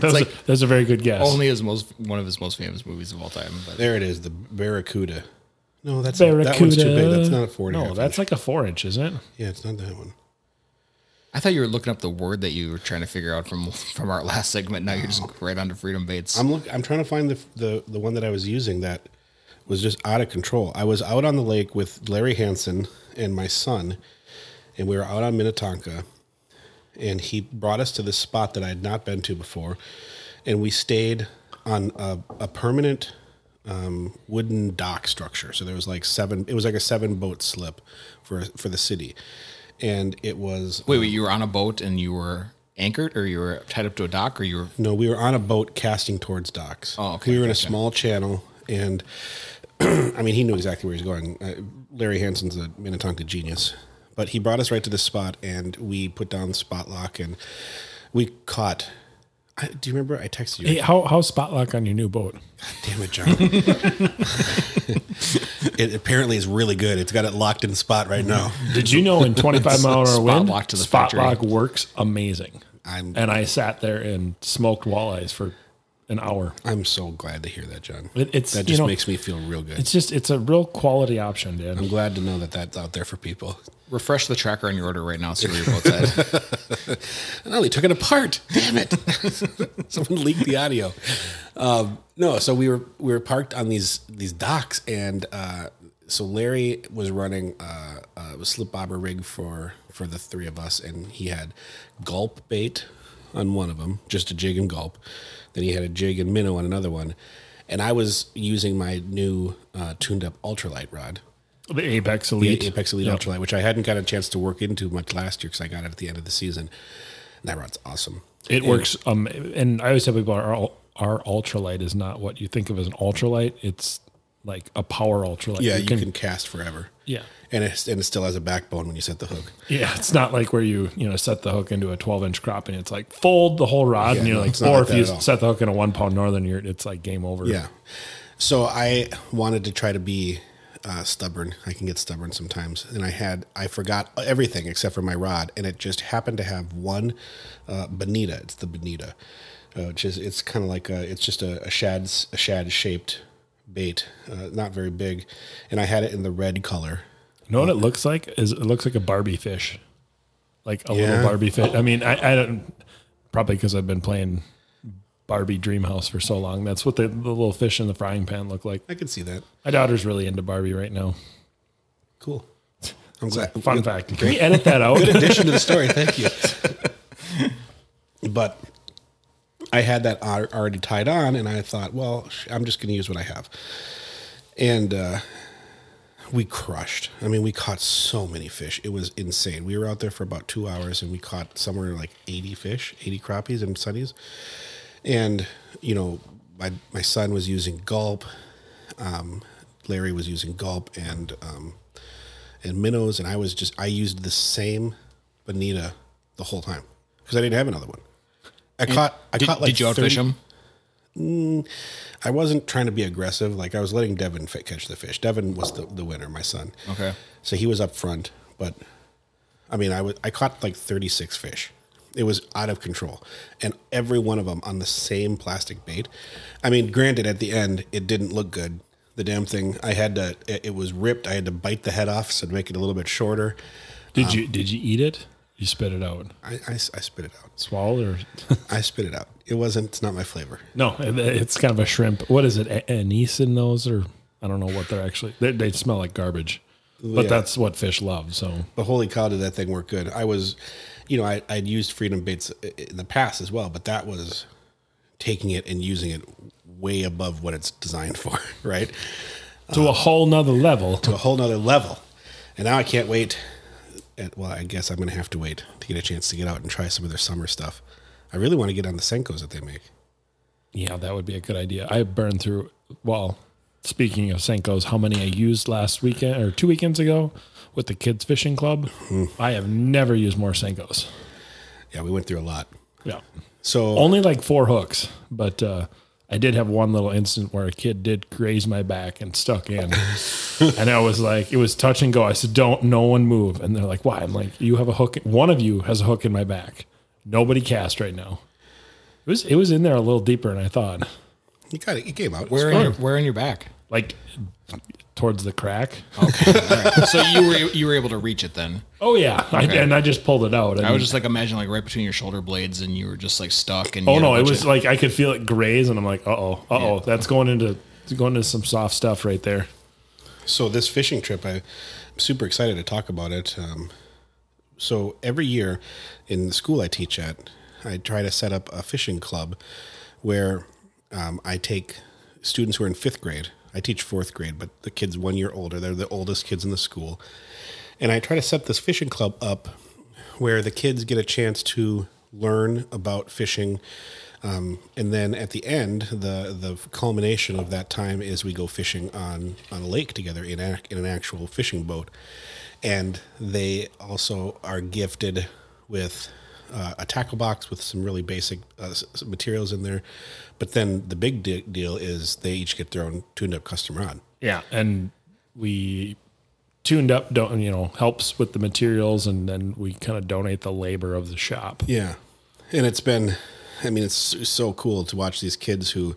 A: that was, a, that was a very good guess.
C: [laughs] Only his most one of his most famous movies of all time. But
B: There it is, the Barracuda. No, that's
A: Barracuda.
B: that one's too big. That's not four and a
A: No,
B: half.
A: that's like a four inch, isn't it?
B: yeah, it's not that one.
C: I thought you were looking up the word that you were trying to figure out from [laughs] from our last segment. Now you're just right onto Freedom Bates.
B: I'm look. I'm trying to find the, the the one that I was using that was just out of control. I was out on the lake with Larry Hansen and my son, and we were out on Minnetonka, and he brought us to this spot that I had not been to before, and we stayed on a, a permanent um, wooden dock structure. So there was like seven. It was like a seven boat slip for for the city, and it was
C: wait, wait, you were on a boat and you were anchored, or you were tied up to a dock, or you were
B: No, we were on a boat casting towards docks.
C: Oh, okay,
B: We were in a
C: gotcha.
B: small channel, and [clears throat] I mean, he knew exactly where he was going. Uh, Larry Hansen's a Minnetonka genius, but he brought us right to this spot, and we put down the spot lock, and we caught. I, do you remember? I texted you.
A: Hey, how how's spotlock on your new boat?
B: [laughs] Damn it, John. [laughs] it apparently is really good. It's got it locked in spot right now.
A: Did you know
B: [laughs]
A: in 25 mile an hour wind,
C: Spotlock to the factory.
A: spotlock works amazing.
B: I'm
A: And I sat there and smoked walleyes for an hour.
B: I'm so glad to hear that, John.
A: It- it's-
B: that
A: you
B: just
A: know,
B: makes me feel real good.
A: It's just it's a real quality option,
B: I'm
A: Dan.
B: glad to know that that's out there for people.
C: refresh the tracker on your order right now. So where your boat's [laughs] at.
B: No, they took it apart. Damn it! [laughs] Someone leaked the audio. Um, no, so we were we were parked on these these docks, and uh, so Larry was running uh, a slip bobber rig for for the three of us, and he had gulp bait on one of them, just a jig and gulp. Then he had a jig and minnow on another one, and I was using my new uh, tuned up ultralight rod
A: The Apex
B: the
A: Elite.
B: Apex Elite
A: Yep.
B: Ultralight, which I hadn't got a chance to work into much last year because I got it at the end of the season. And that rod's awesome.
A: It works. Um, and I always tell people our ul- our ultralight is not what you think of as an ultralight. It's like a power ultralight.
B: Yeah, you, can, cast forever.
A: Yeah.
B: and it and it still has a backbone when you set the hook.
A: Yeah, it's not like where you you know set the hook into a twelve inch crop and it's like fold the whole rod and you're
B: no,
A: like,
B: it's not
A: or
B: like
A: if you
B: that at all.
A: set the hook in a one pound northern, you're it's like game over.
B: Yeah, so I wanted to try to be uh, stubborn. I can get stubborn sometimes, and I had I forgot everything except for my rod, and it just happened to have one uh, bonita. It's the bonita, uh, which is it's kind of like a it's just a, a shad a shad shaped bait, uh, not very big, and I had it in the red color.
A: You know what it looks like is it looks like a Barbie fish, like a
B: Yeah.
A: little Barbie fish. I mean, I, I don't probably because I've been playing Barbie Dreamhouse for so long. That's what the, the little fish in the frying pan look like.
B: I can see that.
A: My daughter's really into Barbie right now. [laughs]
B: Cool. I'm glad.
A: Fun fact. Can we edit that
B: [laughs]
A: out?
B: addition to the story. Thank
A: [laughs]
B: you. but I had that al- already tied on, and I thought, well, sh- I'm just going to use what I have. And uh, we crushed. I mean, we caught so many fish. It was insane. We were out there for about two hours, and we caught somewhere like 80 fish, 80 crappies and sunnies. And you know, my my son was using gulp. Um, Larry was using gulp, and um, and minnows, and I was just I used the same bonita the whole time because I didn't have another one. I caught I
C: Did,
B: caught like
C: did you outfish
B: 30
C: him?
B: I wasn't trying to be aggressive. Like I was letting Devin fi- catch the fish. Devin was the, the winner, my son.
C: Okay.
B: So he was up front, but I mean, I was I caught like 36 fish. It was out of control, and every one of them on the same plastic bait. I mean, granted, at the end it didn't look good. The damn thing. I had to. It it was ripped. I had to bite the head off, so to make it a little bit shorter.
A: Did
B: Um,
A: you did you eat it? You spit it out,
B: I, I, I spit it out.
A: swallowed or
B: I spit it out. It wasn't. It's not my flavor.
A: [laughs] no? it- It's kind of a shrimp. What is it? a- Anise in those, or I don't know what they're actually. They, they smell like garbage. But
B: Yeah.
A: that's what fish love. So
B: But holy cow, did that thing work good? I was, you know, I, I'd used freedom baits i- in the past as well, but that was taking it and using it way above what it's designed for, [laughs] right?
A: to a whole nother level.
B: To a whole nother level. And now I can't wait. And, well, I guess I'm going to have to wait to get a chance to get out and try some of their summer stuff. I really want to get on the Senkos that they make.
A: Yeah, that would be a good idea. I burned through. Well, speaking of Senkos, how many I used last weekend or two weekends ago with the kids fishing club? I have never used more Senkos.
B: Yeah, we went through a lot.
A: Yeah,
B: So,
A: only like four hooks, but uh, I did have one little incident where a kid did graze my back and stuck in, and I was like, it was touch and go. I said, "Don't, no one move," and they're like, "Why?" I'm like, "You have a hook. One of you has a hook in my back. Nobody cast right now." It was it was in there a little deeper than I thought.
B: you got it. It came out.
C: Where
B: It's
C: in
B: fun.
C: your, where in your back?
A: like towards the crack.
C: [laughs] so you were you were able to reach it then.
A: Oh [laughs] yeah, I, and I just pulled it out. and-
C: I was just like imagining like right between your shoulder blades, and you were just like stuck. And you
A: oh
C: had a
A: no, it
C: bunch
A: was
C: of-
A: like I could feel it graze, and I'm like, uh oh, uh oh, that's going into it's going into some soft stuff right there.
B: So this fishing trip, I, I'm super excited to talk about it. Um, so every year, in the school I teach at, I try to set up a fishing club, where um, I take students who are in fifth grade. I teach fourth grade, but the kids one year older. They're the oldest kids in the school, and I try to set this fishing club up, where the kids get a chance to learn about fishing. Um, and then at the end, the the culmination of that time is we go fishing on on a lake together in ac in an actual fishing boat, and they also are gifted with uh, a tackle box with some really basic uh, s- s- materials in there. But then the big de- deal is they each get their own tuned up custom rod.
A: Yeah, and we tuned up. Don't you know? Helps with the materials, and then we kind of donate the labor of the shop.
B: Yeah. And it's been, I mean, it's so cool to watch these kids who,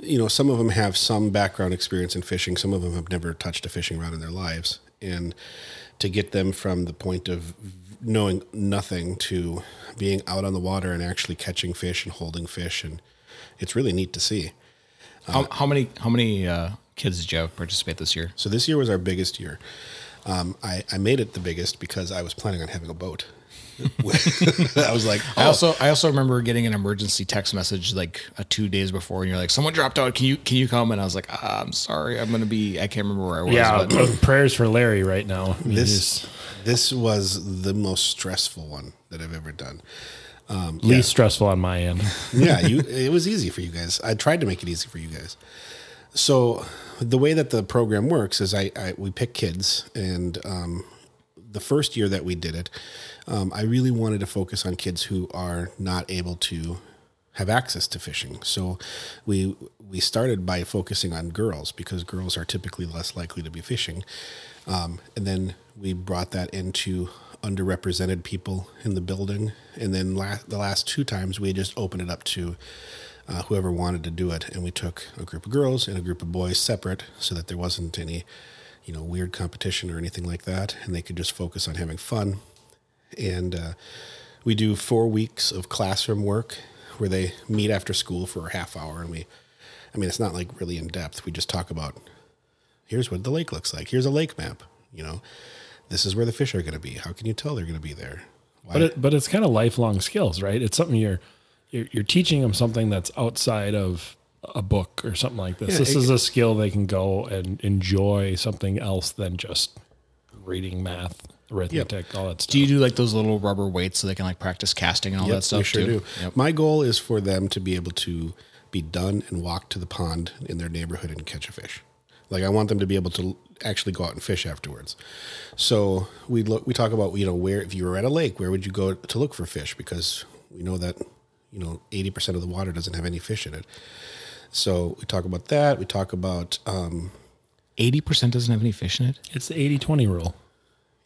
B: you know, some of them have some background experience in fishing, some of them have never touched a fishing rod in their lives. And to get them from the point of knowing nothing to being out on the water and actually catching fish and holding fish. And it's really neat to see.
C: how, how many how many uh, kids did you have participate this year?
B: So this year was our biggest year. Um, I, I made it the biggest because I was planning on having a boat. [laughs] I was like,
C: I
B: oh,
C: also I also remember getting an emergency text message like uh, two days before, and you're like, "Someone dropped out. Can you can you come?" And I was like, ah, "I'm sorry, I'm gonna be. I can't remember where I was."
A: Yeah,
C: but
A: uh, prayers for Larry right now. I mean,
B: This this was the most stressful one that I've ever done.
A: he's least stressful on my end.
B: Yeah, you, it was easy for you guys. I tried to make it easy for you guys. So the way that the program works is I, I we pick kids and um, the first year that we did it, um, I really wanted to focus on kids who are not able to have access to fishing. So we we started by focusing on girls because girls are typically less likely to be fishing, um, and then we brought that into underrepresented people in the building, and then la- the last two times we just opened it up to uh, whoever wanted to do it. And we took a group of girls and a group of boys separate so that there wasn't any, you know, weird competition or anything like that. And they could just focus on having fun. And uh, we do four weeks of classroom work where they meet after school for a half hour. And we, I mean, it's not like really in depth. We just talk about here's what the lake looks like. Here's a lake map. You know, this is where the fish are going to be. How can you tell they're going to be there? Why?
A: But it, but it's kind of lifelong skills, right? It's something you're you're, you're teaching them something that's outside of a book or something like this. this
B: it-
A: is a skill they can go and enjoy something else than just reading math, arithmetic, all that stuff.
C: do you do like those little rubber weights so they can like practice casting and all that stuff
B: we sure
C: too?
B: do. My goal is for them to be able to be done and walk to the pond in their neighborhood and catch a fish. Like I want them to be able to l- actually go out and fish afterwards. So we look, we talk about you know where if you were at a lake, where would you go to look for fish? Because we know that you know eighty percent of the water doesn't have any fish in it. So we talk about that. We talk about um,
C: Eighty percent doesn't have any fish in it.
A: It's the 80-20 rule.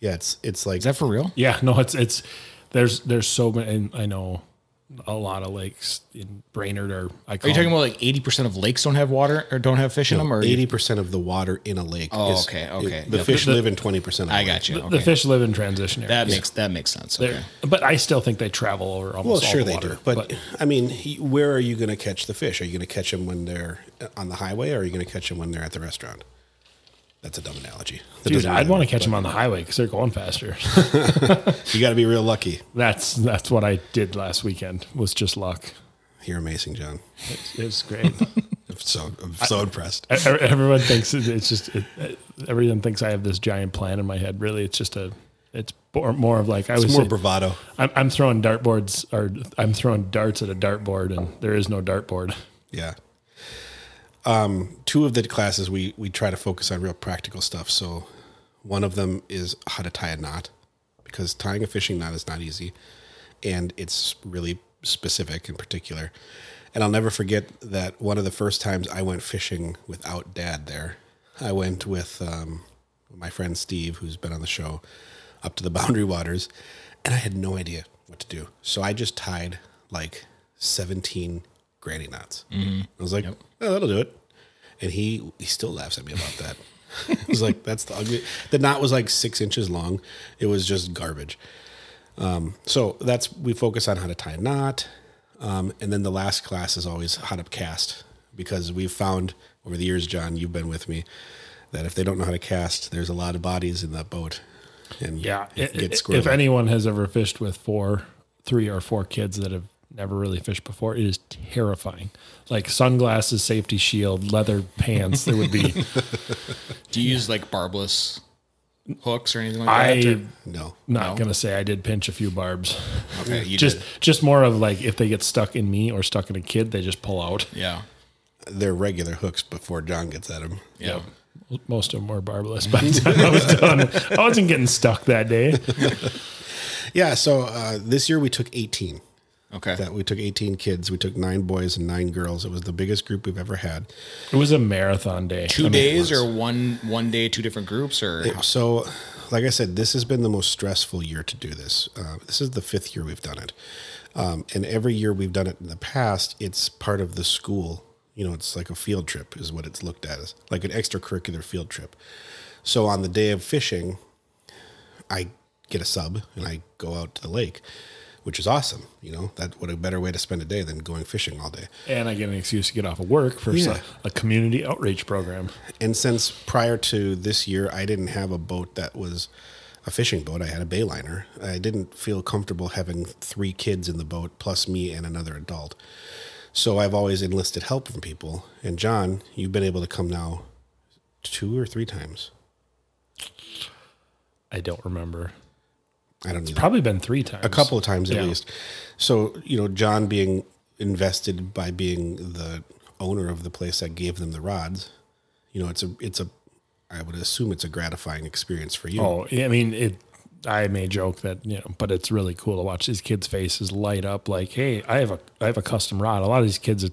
B: yeah, it's it's like
C: Is that for real?
A: Yeah, no, it's it's there's there's so many. And I know a lot of lakes in Brainerd are. I
C: Are you talking about like eighty percent of lakes don't have water or don't have fish in them? Or
B: eighty percent of the water in a lake.
C: Oh, okay, okay.
B: the
C: Yep.
B: fish live in twenty percent.
C: I got you.
A: the
C: Okay.
A: fish live in transition areas.
C: that makes that makes sense. Okay.
A: They're- But I still think they travel over almost.
B: Well,
A: all
B: sure
A: the
B: they
A: water,
B: do, but, I mean, he- where are you going to uh, catch the fish? Are you going to catch them when they're on the highway, or are you going to catch them when they're at the restaurant? That's a dumb analogy. That
A: Jeez,
B: doesn't
A: I'd
B: really
A: want to
B: work,
A: catch
B: but
A: them on the highway because they're going faster. [laughs]
B: You got to be real lucky.
A: that's that's what I did last weekend. Was just luck.
B: You're amazing, John.
A: It, it was [laughs] great.
B: I'm so I'm so impressed.
A: E- e- Everyone thinks it- it's just it, it- everyone thinks I have this giant plan in my head. Really, it's just a it's more, more of like I was
B: It's more bravado.
A: I'm, I'm throwing dartboards or I'm throwing darts at a dartboard, and there is no dartboard.
B: Yeah. Um, two of the classes we we try to focus on real practical stuff. So one of them is how to tie a knot because tying a fishing knot is not easy and it's really specific in particular. And I'll never forget that one of the first times I went fishing without dad there, I went with um, my friend Steve, who's been on the show, up to the [laughs] boundary waters, and I had no idea what to do. So I just tied like 17 granny knots. I was like, oh, that'll do it. And he he still laughs at me about that. [laughs] I was like, that's the ugly. The knot was like six inches long. It was just garbage. Um, so that's we focus on how to tie a knot, um, and then the last class is always how to cast because we've found over the years, John, you've been with me, that if they don't know how to cast, there's a lot of bodies in that boat, and
A: Yeah.
B: it gets squirrely.
A: if anyone has ever fished with four, three or four kids that have never really fished before, it is terrifying. Like sunglasses, safety shield, leather pants. There would
B: [laughs]
A: be.
C: Do you use like barbless hooks or anything like that?
A: I
C: or-
B: no,
A: not
C: No.
A: gonna say I did pinch a few barbs.
C: okay, you
A: Just
C: did.
A: just more of like if they get stuck in me or stuck in a kid, they just pull out.
C: yeah,
B: they're regular hooks before John gets at them.
C: yeah.
A: Most of them were barbless by the time I was done. I wasn't getting stuck that day.
B: Yeah, so uh, this year we took 18.
C: Okay,
B: That we took 18 kids. We took nine boys and nine girls. It was the biggest group we've ever had.
A: It was a marathon day.
C: two days or one one day, two different groups or
B: So, like I said, this has been the most stressful year to do this. Uh, this is the fifth year we've done it. Um, and every year we've done it in the past, it's part of the school. You know, it's like a field trip, is what it's looked at as like an extracurricular field trip. So, on the day of fishing, I get a sub and I go out to the lake, which is awesome. You know, that what a better way to spend a day than going fishing all day.
A: And I get an excuse to get off of work for
B: Yeah.
A: so- a community outreach program.
B: And since prior to this year, I didn't have a boat that was a fishing boat. I had a Bayliner. I didn't feel comfortable having three kids in the boat plus me and another adult. So I've always enlisted help from people. And John, you've been able to come now two or three times.
A: I don't remember.
B: I don't know.
A: Probably been three times.
B: a couple of times at
A: Yeah.
B: least. So you know, John being invested by being the owner of the place that gave them the rods, you know, it's a it's a I would assume it's a gratifying experience for you.
A: Oh, I mean, it. I may joke that you know, but it's really cool to watch these kids' faces light up. Like, hey, I have a I have a custom rod. A lot of these kids,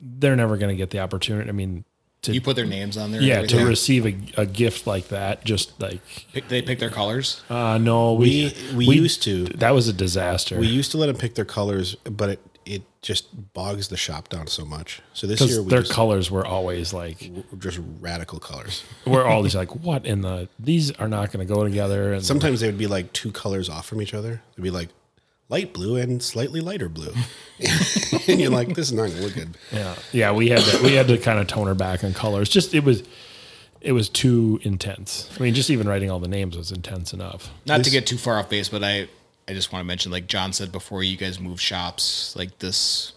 A: they're never going to get the opportunity. I mean, to
C: you put their names on there. and
A: yeah, to
C: everything?
A: receive a, a gift like that, just like
C: Pick- they pick their colors.
A: uh, no, we
B: We we, used to
A: that was a disaster.
B: we used to let them pick their colors, but it it just bogs the shop down so much. So this year
A: because
B: we
A: their
B: just,
A: colors were always like
B: just radical colors.
A: we're always like what in the these are not going to go together and
B: Sometimes they would be like two colors off from each other. They'd be like light blue and slightly lighter blue, [laughs] and you're like, this is not gonna look good.
A: Yeah, yeah, we had to, we had to kind of tone her back on colors. Just it was it was too intense. I mean, just even writing all the names was intense enough.
C: Not to get too far off base, but I I just want to mention like John said before, you guys move shops. Like this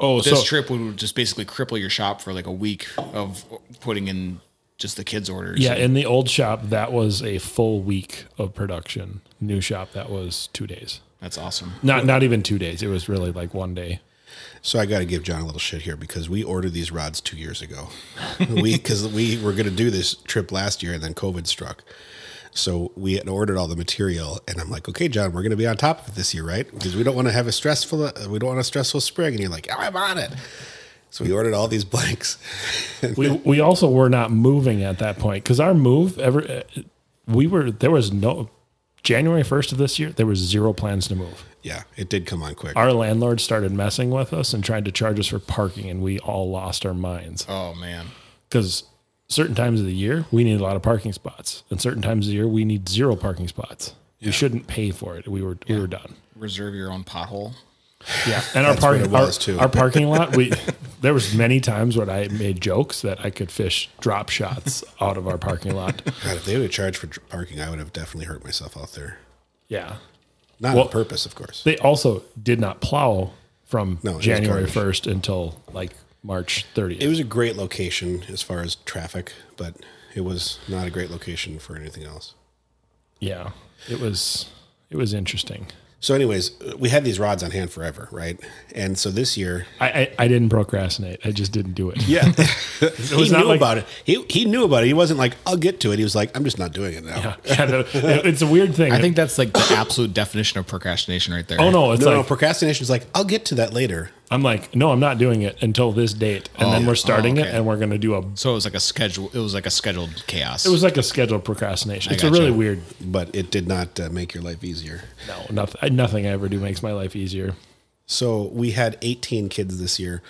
A: Oh,
C: this
A: so
C: trip would just basically cripple your shop for like a week of putting in just the kids' orders.
A: yeah, in the old shop that was a full week of production. New shop that was two days.
C: that's awesome.
A: Not not even two days. It was really like one day.
B: So I got to give John a little shit here because we ordered these rods two years
A: [laughs]
B: ago. we because we were going to do this trip last year and then COVID struck. So we had ordered all the material, and I'm like, okay, John, we're going to be on top of it this year, right? Because we don't want to have a stressful, uh, we don't want a stressful spring. And you're like, oh, I'm on it. So we ordered all these blanks. [laughs]
A: We we also were not moving at that point because our move ever uh, we were there was no January first of this year there was zero plans to move.
B: yeah, it did come on quick.
A: our landlord started messing with us and tried to charge us for parking, and we all lost our minds
C: Oh man.
A: because certain times of the year we need a lot of parking spots, and certain times of the year we need zero parking spots. We shouldn't pay for it. We were we were done.
C: Reserve your own pothole.
A: Yeah, and our
B: That's what
A: parking
B: it
A: our,
B: was, too.
A: our parking lot. We there was many times when I made jokes that I could fish drop shots out of our parking
B: [laughs]
A: lot.
B: God, if they would have charged for dr- parking, I would have definitely hurt myself out there.
A: Yeah,
B: Not
A: Well-
B: on purpose, of course.
A: they also did not plow from
B: No, it was
A: January
B: garbage.
A: first until like March
B: It
A: thirtieth.
B: was a great location as far as traffic, but it was not a great location for anything else.
A: Yeah, it was it was interesting.
B: So, anyways, we had these rods on hand forever, right? And so this year,
A: I I, I didn't procrastinate. I just didn't do [laughs] it.
B: [laughs] yeah,
A: was
B: he
A: not
B: knew
A: like-
B: about it. He he knew about it. He wasn't like, "I'll get to it." He was like, "I'm just not doing it now."
A: Yeah, no, it's a weird thing.
C: I think that's like [coughs] the absolute definition of procrastination right there.
A: Oh no, it's
B: No,
A: like
B: no, procrastination is like, "I'll get to that later."
A: I'm like, no, I'm not doing it until this date, and then we're starting it,
C: Oh, okay.
A: and we're gonna do a.
C: So it was like a schedule. It was like a scheduled chaos.
A: It was like a scheduled procrastination. It's a
C: gotcha.
A: really weird.
B: But it did not uh, make your life easier.
A: No, nothing. Nothing I ever do makes my life easier.
B: So we had 18 kids this year,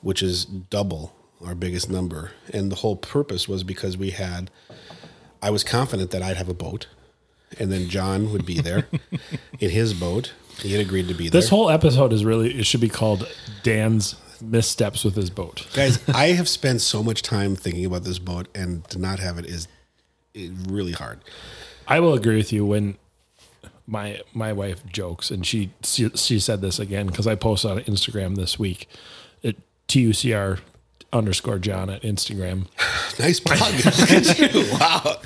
B: which is double our biggest number. And the whole purpose was because we had, I was confident that I'd have a boat, and then John would
A: [laughs]
B: be there in his boat. He had agreed to be there.
A: This whole episode is really. It should be called Dan's missteps with his boat.
B: Guys, I have spent so much time thinking about this boat, and to not have it is is really hard.
A: I will agree with you when my my wife jokes, and she she, she said this again because I posted on Instagram this week. It tucr underscore John at Instagram,
B: Nice plug. Look at you. wow.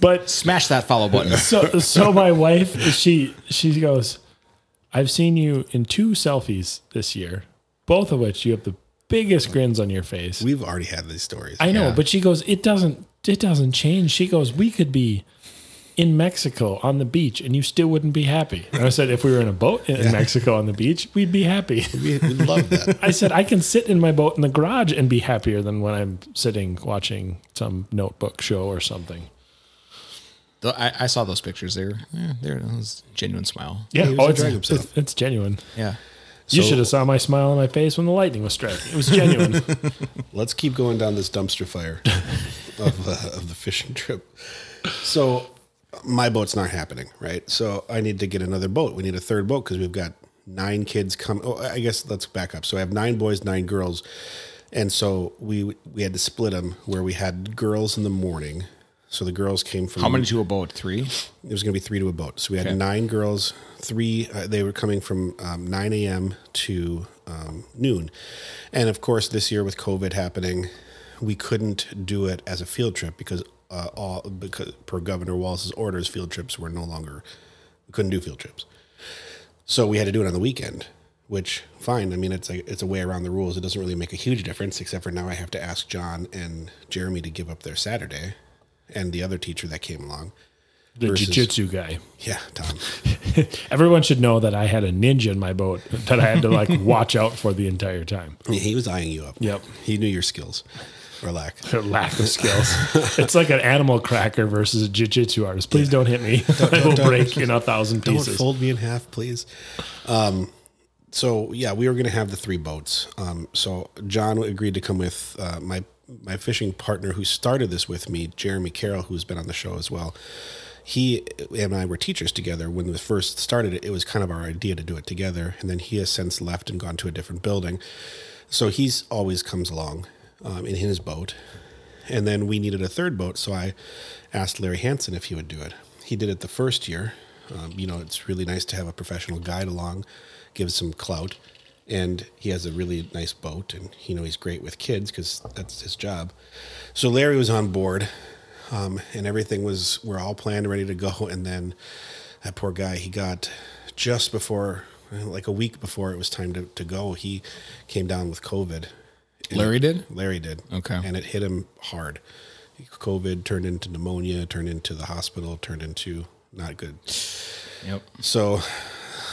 A: but
C: Smash that follow button.
A: so so my wife she she goes i've seen you in two selfies this year both of which you have the biggest grins on your face
B: We've already had these stories.
A: i know but she goes it doesn't it doesn't change she goes we could be in mexico on the beach and you still wouldn't be happy and i said if we were in a boat in mexico on the beach we'd be happy
B: we, we love that.
A: i said i can sit in my boat in the garage and be happier than when i'm sitting watching some notebook show or something
C: Though I, I saw those pictures. They were yeah, there. It was a genuine smile.
A: yeah,
B: was
A: oh,
B: enjoying
A: it's,
B: himself.
A: it's, it's genuine
C: Yeah.
A: you
B: So-
A: should have saw my smile on my face when the lightning was striking. It was
B: [laughs]
A: genuine.
B: Let's keep going down this dumpster fire of, uh, of the fishing trip. So my boat's not happening, right? So I need to get another boat. We need a third boat because we've got nine kids coming. Oh, I guess let's back up. So I have nine boys, nine girls, and so we we had to split them where we had girls in the morning. So the girls came from
C: How many to a boat? Three.
B: it was going to be three to a boat. So we had nine girls, three, uh, they were coming from um, 9 a.m. to um, noon. And of course, this year with COVID happening, we couldn't do it as a field trip because uh, all because per Governor Wallace's orders, field trips were no longer, we couldn't do field trips. So we had to do it on the weekend, which fine. I mean, it's a it's a way around the rules. It doesn't really make a huge difference, except for now I have to ask John and Jeremy to give up their Saturday, and the other teacher that came along.
A: The jujitsu guy. [laughs]
B: Yeah, [laughs] Tom.
A: Everyone should know that I had a ninja in my boat that I had to
B: [laughs]
A: like watch out for the entire time.
B: Yeah, he was eyeing you up.
A: Yep.
B: He knew your skills or lack.
A: Her lack of skills. [laughs] It's like an animal cracker versus a jujitsu artist. Please don't hit me. I will
B: [laughs] don't-
A: break in a thousand
B: Don't
A: pieces.
B: fold me in half, please. Um, so yeah, we were going to have the three boats. Um, so John agreed to come with uh, my my fishing partner, who started this with me, Jeremy Carroll, who's been on the show as well. He and I were teachers together when we first started it. It was kind of our idea to do it together, and then he has since left and gone to a different building. So he's always comes along um, in his boat, and then we needed a third boat, so I asked Larry Hansen if he would do it. He did it the first year. Um, you know, it's really nice to have a professional guide along, gives some clout, and he has a really nice boat, and you know he's great with kids because that's his job. So Larry was on board, um, and everything was we're all planned, ready to go, [laughs] and then that poor guy he got just before, like a week before it was time to, to go, he came down with COVID. And-
C: Larry did?
B: Larry did.
C: Okay.
B: And it hit him hard. COVID turned into pneumonia, turned into the hospital, turned into not good.
C: Yep.
B: So,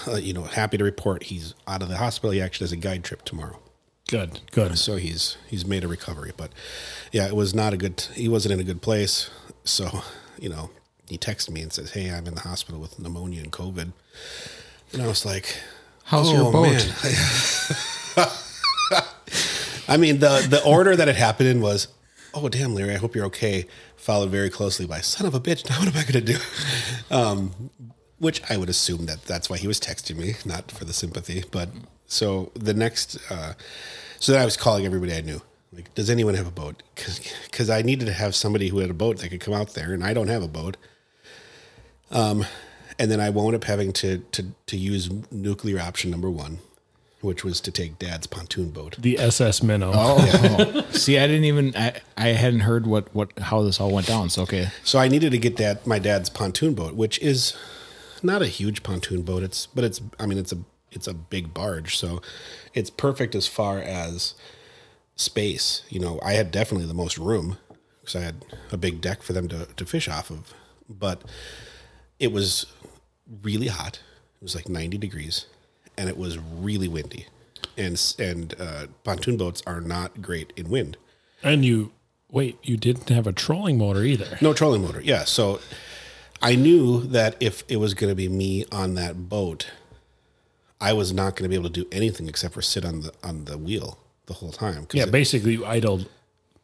B: uh, you know, happy to report he's out of the hospital. He actually has a guide trip tomorrow.
A: Good, good.
B: So he's he's made a recovery, but yeah, it was not a good. He wasn't in a good place. So, you know, he texted me and says, "Hey, I'm in the hospital with pneumonia and COVID," and I was like,
C: How's
B: Oh,
C: your boat?
B: [laughs] I mean, the the order that it happened in was, "Oh damn, Larry, I hope you're okay." Followed very closely by "Son of a bitch, now what am I going to do?" [laughs] Um, which I would assume that that's why he was texting me, not for the sympathy. But so the next, uh, so then I was calling everybody I knew. Like, does anyone have a boat? Because I needed to have somebody who had a boat that could come out there, and I don't have a boat. Um, and then I wound up having to to to use nuclear option number one, which was to take Dad's pontoon boat.
A: The SS Minnow.
C: Oh, [laughs] see, I didn't even I, I hadn't heard what what how this all went down. So okay,
B: So I needed to get that my dad's pontoon boat, which is not a huge pontoon boat. It's but it's I mean it's a it's a big barge, so it's perfect as far as space. You know, I had definitely the most room because I had a big deck for them to, to fish off of. But it was really hot. It was like 90 degrees and it was really windy. And s- and uh, pontoon boats are not great in wind.
A: And you wait, you didn't have a trolling motor either.
B: No trolling motor. Yeah. So I knew that if it was going to be me on that boat, I was not going to be able to do anything except for sit on the on the wheel the whole time. 'Cause
A: Yeah,
B: it-
A: basically you idled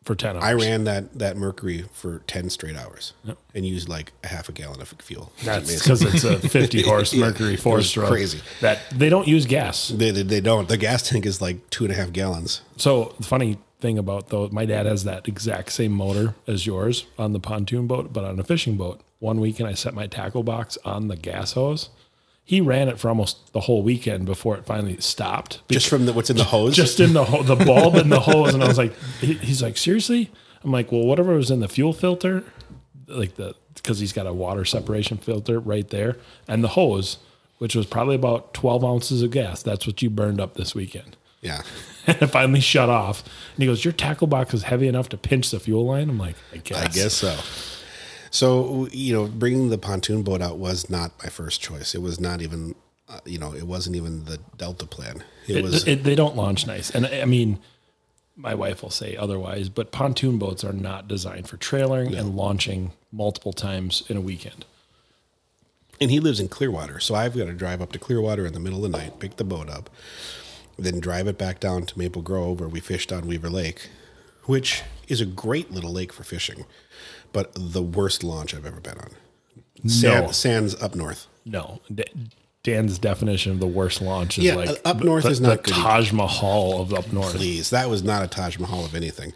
A: for ten hours.
B: I [laughs] ran that that Mercury for ten straight hours and used like a half a gallon of fuel.
A: That's because it's a 50 horse
B: [laughs] Yeah,
A: Mercury
B: it
A: four
B: was
A: stroke.
B: crazy.
A: That they don't use gas.
B: They, they, they don't. The gas tank is like two and a half gallons.
A: So the funny thing about though, my dad has that exact same motor as yours on the pontoon boat, but on a fishing boat. One weekend I set my tackle box on the gas hose. He ran it for almost the whole weekend before it finally stopped.
B: Just from the, what's in the
A: [laughs]
B: hose.
A: just in the ho- the bulb and the hose, and I was like, he- he's like, seriously? I'm like, well, whatever was in the fuel filter, like the because he's got a water separation filter right there, and the hose, which was probably about 12 ounces of gas. That's what you burned up this weekend.
B: yeah.
A: [laughs] And it finally shut off. And he goes, your tackle box is heavy enough to pinch the fuel line. I'm like, I guess.
B: I guess so. So you know, bringing the pontoon boat out was not my first choice. It was not even, uh, you know, it wasn't even the Delta plan. It,
A: It-
B: was
A: it- they don't launch nice, and I I mean. My wife will say otherwise, but pontoon boats are not designed for trailering and launching multiple times in a weekend.
B: and he lives in Clearwater, so I've got to drive up to Clearwater in the middle of the night, pick the boat up, then drive it back down to Maple Grove where we fished on Weaver Lake, which is a great little lake for fishing, but the worst launch I've ever been on. Sand, Sands up north.
A: No, D- Dan's definition of the worst launch is
B: Yeah,
A: like
B: up north
A: the,
B: is not
A: the
B: good either.
A: Taj Mahal of up north.
B: please. That was not a Taj Mahal of anything.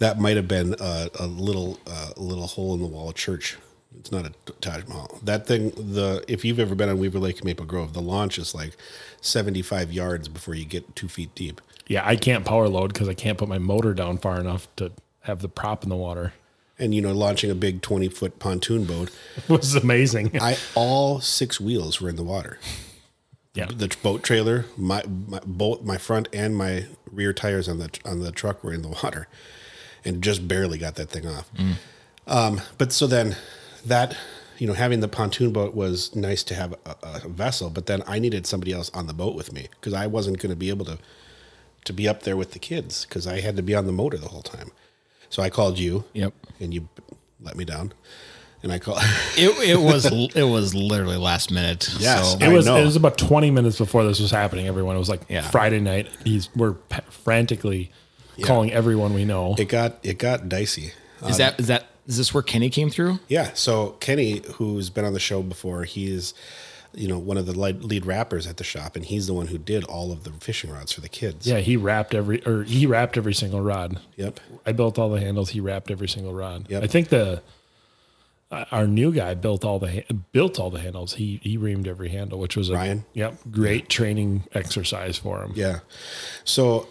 B: That might have been a, a little uh, a little hole in the wall church. It's not a Taj Mahal. That thing, the if you've ever been on Weaver Lake and Maple Grove, the launch is like seventy five yards before you get two feet deep.
A: Yeah, I can't power load because I can't put my motor down far enough to have the prop in the water. [laughs]
B: And you know, launching a big twenty foot pontoon boat,
A: It was amazing.
B: I all six wheels were in the water.
A: Yeah.
B: The boat trailer, my, my both my front and my rear tires on the on the truck were in the water, and just barely got that thing off. Um, but so then that you know having the pontoon boat was nice to have a, a vessel, but then I needed somebody else on the boat with me because I wasn't going to be able to to be up there with the kids because I had to be on the motor the whole time. So I called you.
C: Yep.
B: And you let me down, and I call. [laughs]
C: it it was [laughs] it was literally last minute.
B: Yes.
C: so,
A: It was
B: know.
A: it was about 20 minutes before this was happening. Everyone it was like
C: Yeah.
A: Friday night. He's we're pa- frantically calling everyone we know.
B: It got it got dicey.
C: is that is that is this where Kenny came through?
B: Yeah. So Kenny, who's been on the show before, he's you know one of the lead, lead rappers at the shop, and he's the one who did all of the fishing rods for the kids.
A: yeah, he wrapped every or he wrapped every single rod.
B: Yep.
A: I built all the handles. He wrapped every single rod.
B: Yep.
A: I think the uh, our new guy built all the ha- built all the handles. He he reamed every handle, which was a
B: Ryan?
A: Yep, great training exercise for him.
B: Yeah. So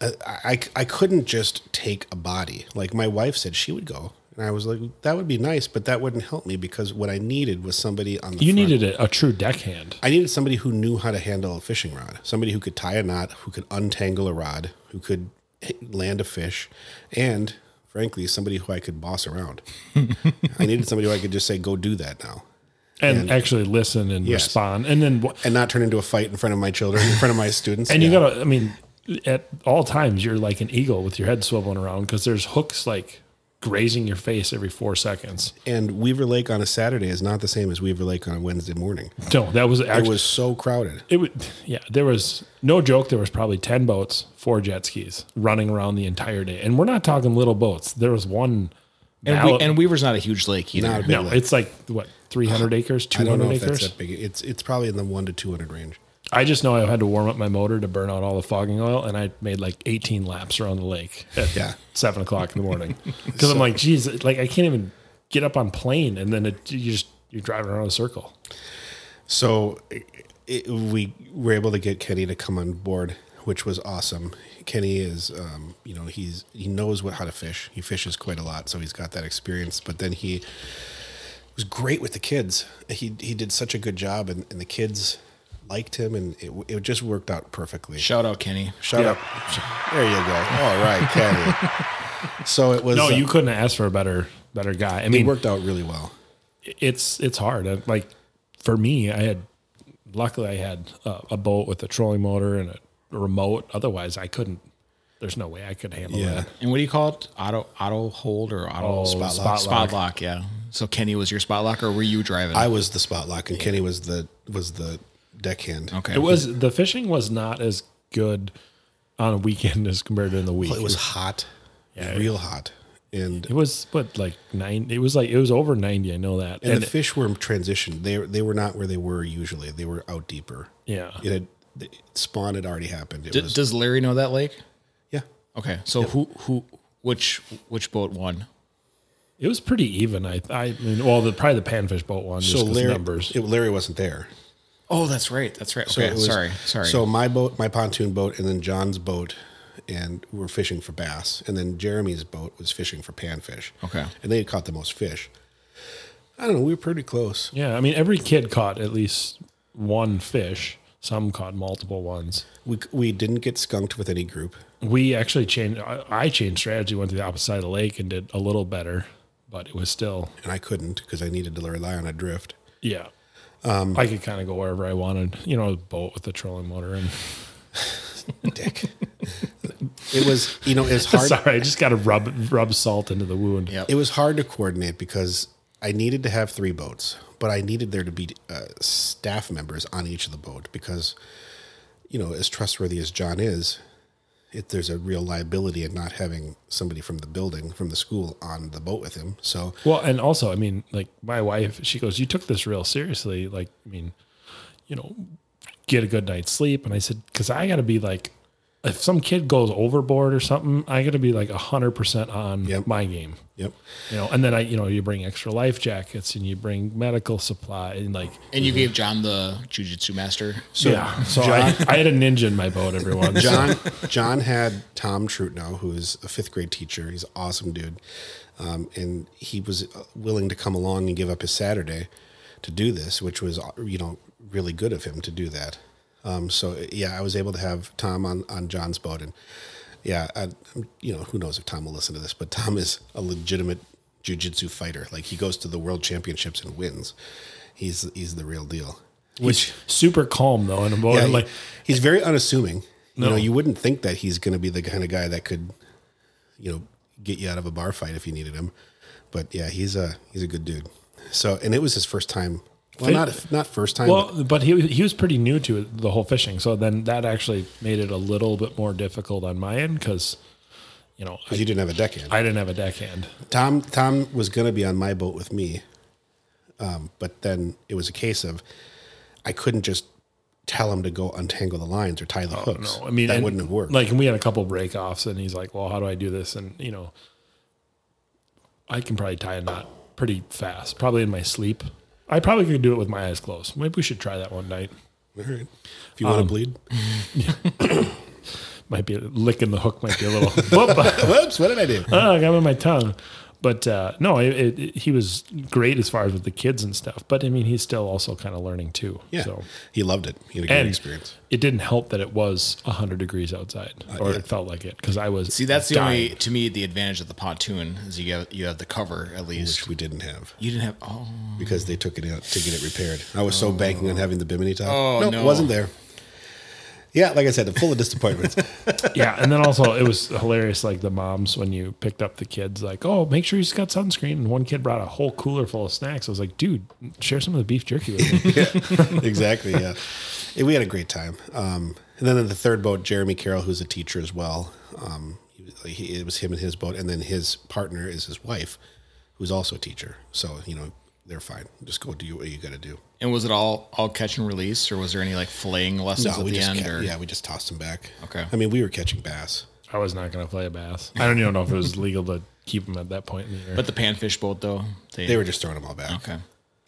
B: I, I I couldn't just take a body. Like my wife said, she would go, and I was like, that would be nice, but that wouldn't help me because what I needed was somebody on the
A: You
B: front.
A: needed a, a true deckhand.
B: I needed somebody who knew how to handle a fishing rod, somebody who could tie a knot, who could untangle a rod, who could hit- land a fish, and frankly, somebody who I could
A: [laughs]
B: boss around. I needed somebody who I could just say, go do that now.
A: And, actually listen and
B: Yes.
A: respond. And then wh-
B: And not turn into a fight in front of my children, in front of my
A: [laughs]
B: students.
A: and
B: Yeah.
A: you gotta. I mean, at all times you're like an eagle with your head swiveling around because there's hooks like grazing your face every four seconds.
B: and Weaver Lake on a Saturday is not the same as Weaver Lake on a Wednesday morning.
A: No, that was actually
B: It was so crowded.
A: It would, yeah. There was no joke. There was probably ten boats, four jet skis running around the entire day, and we're not talking little boats. There was one.
C: And,
A: mallet-
C: we, and Weaver's not a huge lake either.
B: Not a big
A: no,
B: lake.
A: it's like what 300 acres,
B: I don't
A: 200
B: know if
A: acres.
B: that's that big. It's it's probably in the one to two hundred range.
A: I just know I had to warm up my motor to burn out all the fogging oil, and I made like 18 laps around the lake at
B: Yeah.
A: seven o'clock in the
B: [laughs]
A: morning because I'm like, geez, like I can't even get up on plane, and then it, you just you're driving around in a circle.
B: So it, it, we were able to get Kenny to come on board, which was awesome. Kenny is, um, you know, he's he knows what how to fish. He fishes quite a lot, so he's got that experience. But then he was great with the kids. He he did such a good job, and, and the kids liked him, and it it just worked out perfectly.
C: Shout out, Kenny.
B: Shut
A: Yeah.
B: up! There you go. All right, Kenny. so it was.
A: No,
B: uh,
A: you couldn't ask for a better better guy. I
B: It
A: mean,
B: worked out really well.
A: it's it's hard. I- Like for me, I had luckily I had a, a boat with a trolling motor and a remote. Otherwise, I couldn't. There's no way I could handle
B: Yeah.
A: that.
C: And what do you call it? Auto auto hold or auto
A: Oh,
C: spot,
A: spot
C: lock.
A: lock.
C: Spot lock, yeah. So Kenny was your spot lock, or were you driving?
B: I was the spot lock, and Kenny was the was the deckhand.
C: okay.
A: It was the fishing was not as good on a weekend as compared to in the week.
B: It was hot,
A: Yeah.
B: real hot, and
A: It was what like nine. It was like it was over ninety. I know that.
B: and,
A: And,
B: the fish were transitioned. They they were not where they were usually. They were out deeper.
A: yeah,
B: It had the spawn had already happened. It
C: D-
B: was
C: does Larry know that lake?
B: yeah.
C: Okay. So who who which which boat won?
A: it was pretty even. I I mean, well, the probably the panfish boat one. Just
B: So
A: 'cause
B: Larry
A: numbers.
B: it- Larry wasn't there.
C: Oh, that's right. That's right.
B: So
C: Okay.
B: it was-
C: sorry. Sorry.
B: So my boat, my pontoon boat, and then John's boat, and we were fishing for bass, and then Jeremy's boat was fishing for panfish.
C: Okay.
B: and they had caught the most fish. I don't know. We were pretty close.
A: yeah, I mean, every kid caught at least one fish. Some caught multiple ones.
B: We we didn't get skunked with any group.
A: We actually changed. I I changed strategy. Went to the opposite side of the lake and did a little better, but it was still
B: and I couldn't because I needed to rely on a drift.
A: yeah.
B: Um,
A: I could kind of go wherever I wanted. You know, a boat with a trolling motor and.
B: Dick. it was, you know, it's hard.
A: [laughs] Sorry, I just got to rub rub salt into the wound.
C: Yep.
B: It was hard to coordinate because I needed to have three boats, but I needed there to be uh, staff members on each of the boat because, you know, as trustworthy as John is, it, there's a real liability in not having somebody from the building, from the school, on the boat with him. So
A: Well, and also, I mean, like my wife, she goes, "You took this real seriously." Like, I mean, you know, get a good night's sleep. And I said, "Cause I got to be like, if some kid goes overboard or something, I got to be like hundred percent on
B: Yep.
A: my game."
B: yep,
A: You know, and then I, you know, you bring extra life jackets and you bring medical supply and like,
C: and
B: Mhm.
C: you gave John the jujitsu master.
A: so, yeah. So I, I had a ninja in my boat, everyone.
B: [laughs] John John had Tom Trutnow, who is a fifth grade teacher. He's an awesome dude, um, and he was uh, willing to come along and give up his Saturday to do this, which was uh, you know really good of him to do that. Um, so yeah, I was able to have Tom on on John's boat, and yeah, I, you know who knows if Tom will listen to this, but Tom is a legitimate jujitsu fighter. Like he goes to the world championships and wins. He's he's the real deal.
A: which super calm though in a boat.
B: Yeah,
A: I'm
B: he-
A: like,
B: he's very unassuming. You know, you wouldn't think that he's going to be the kind of guy that could, you know, get you out of a bar fight if you needed him. But yeah, he's a he's a good dude. So, and it was his first time. Well,
A: Fit-
B: not not first time. but
A: Well, but he he was pretty new to it, the whole fishing, so then that actually made it a little bit more difficult on my end because, you know,
B: 'cause
A: I,
B: you didn't have a deckhand.
A: I didn't have a deckhand.
B: Tom Tom was going to be on my boat with me, um, but then it was a case of I couldn't just tell him to go untangle the lines or tie the hooks.
A: No, I mean
B: that
A: and,
B: wouldn't have worked.
A: Like, and we had a couple breakoffs, and he's like, "Well, how do I do this?" And you know, I can probably tie a knot pretty fast, probably in my sleep. I probably could do it with my eyes closed. Maybe we should try that one night.
B: All right. If you want to bleed,
A: Might be licking the hook. Might be a little. [laughs] Whoop.
B: whoops! What did I do?
A: oh, I got it on my tongue. But uh, no, it, it, it- he was great as far as with the kids and stuff. But I mean, he's still also kind of learning too.
B: Yeah,
A: So
B: he loved it. He had a great
A: and
B: experience.
A: it didn't help that it was hundred degrees outside, or it felt like it because I was.
C: Uh, See, that's the
A: dying.
C: only to me the advantage of the pontoon is you have you have the cover at least.
B: which we didn't have
C: You didn't have oh
B: because they took it out to get it repaired. I was so banking on having the bimini top.
C: Oh,
B: Nope,
C: no.
B: it wasn't there. Yeah, like I said, full
C: [laughs]
B: of disappointments.
A: [laughs] yeah, and then also it was hilarious. Like the moms when you picked up the kids, like, oh, make sure he's got sunscreen. And one kid brought a whole cooler full of snacks. I was like, dude, share some of the beef jerky
C: [laughs]
A: with me.
B: exactly. Yeah, Yeah, we had a great time. Um, and then in the third boat, Jeremy Carroll, who's a teacher as well. Um, he was- he, it was him and his boat, and then his partner is his wife, who's also a teacher. So you know, they're fine. Just go do what you got to do.
C: And was it all all catch and release, or was there any like filleting lessons
B: No,
C: at
B: we
C: the
B: just
C: end?
B: ca-
C: or
B: yeah, we just tossed them back.
C: Okay.
B: I mean, we were catching bass.
A: I was not going to play a bass. I don't even know if it was legal to keep them at that point in the year.
C: but the panfish boat though, they,
B: They were just throwing them all back.
C: okay.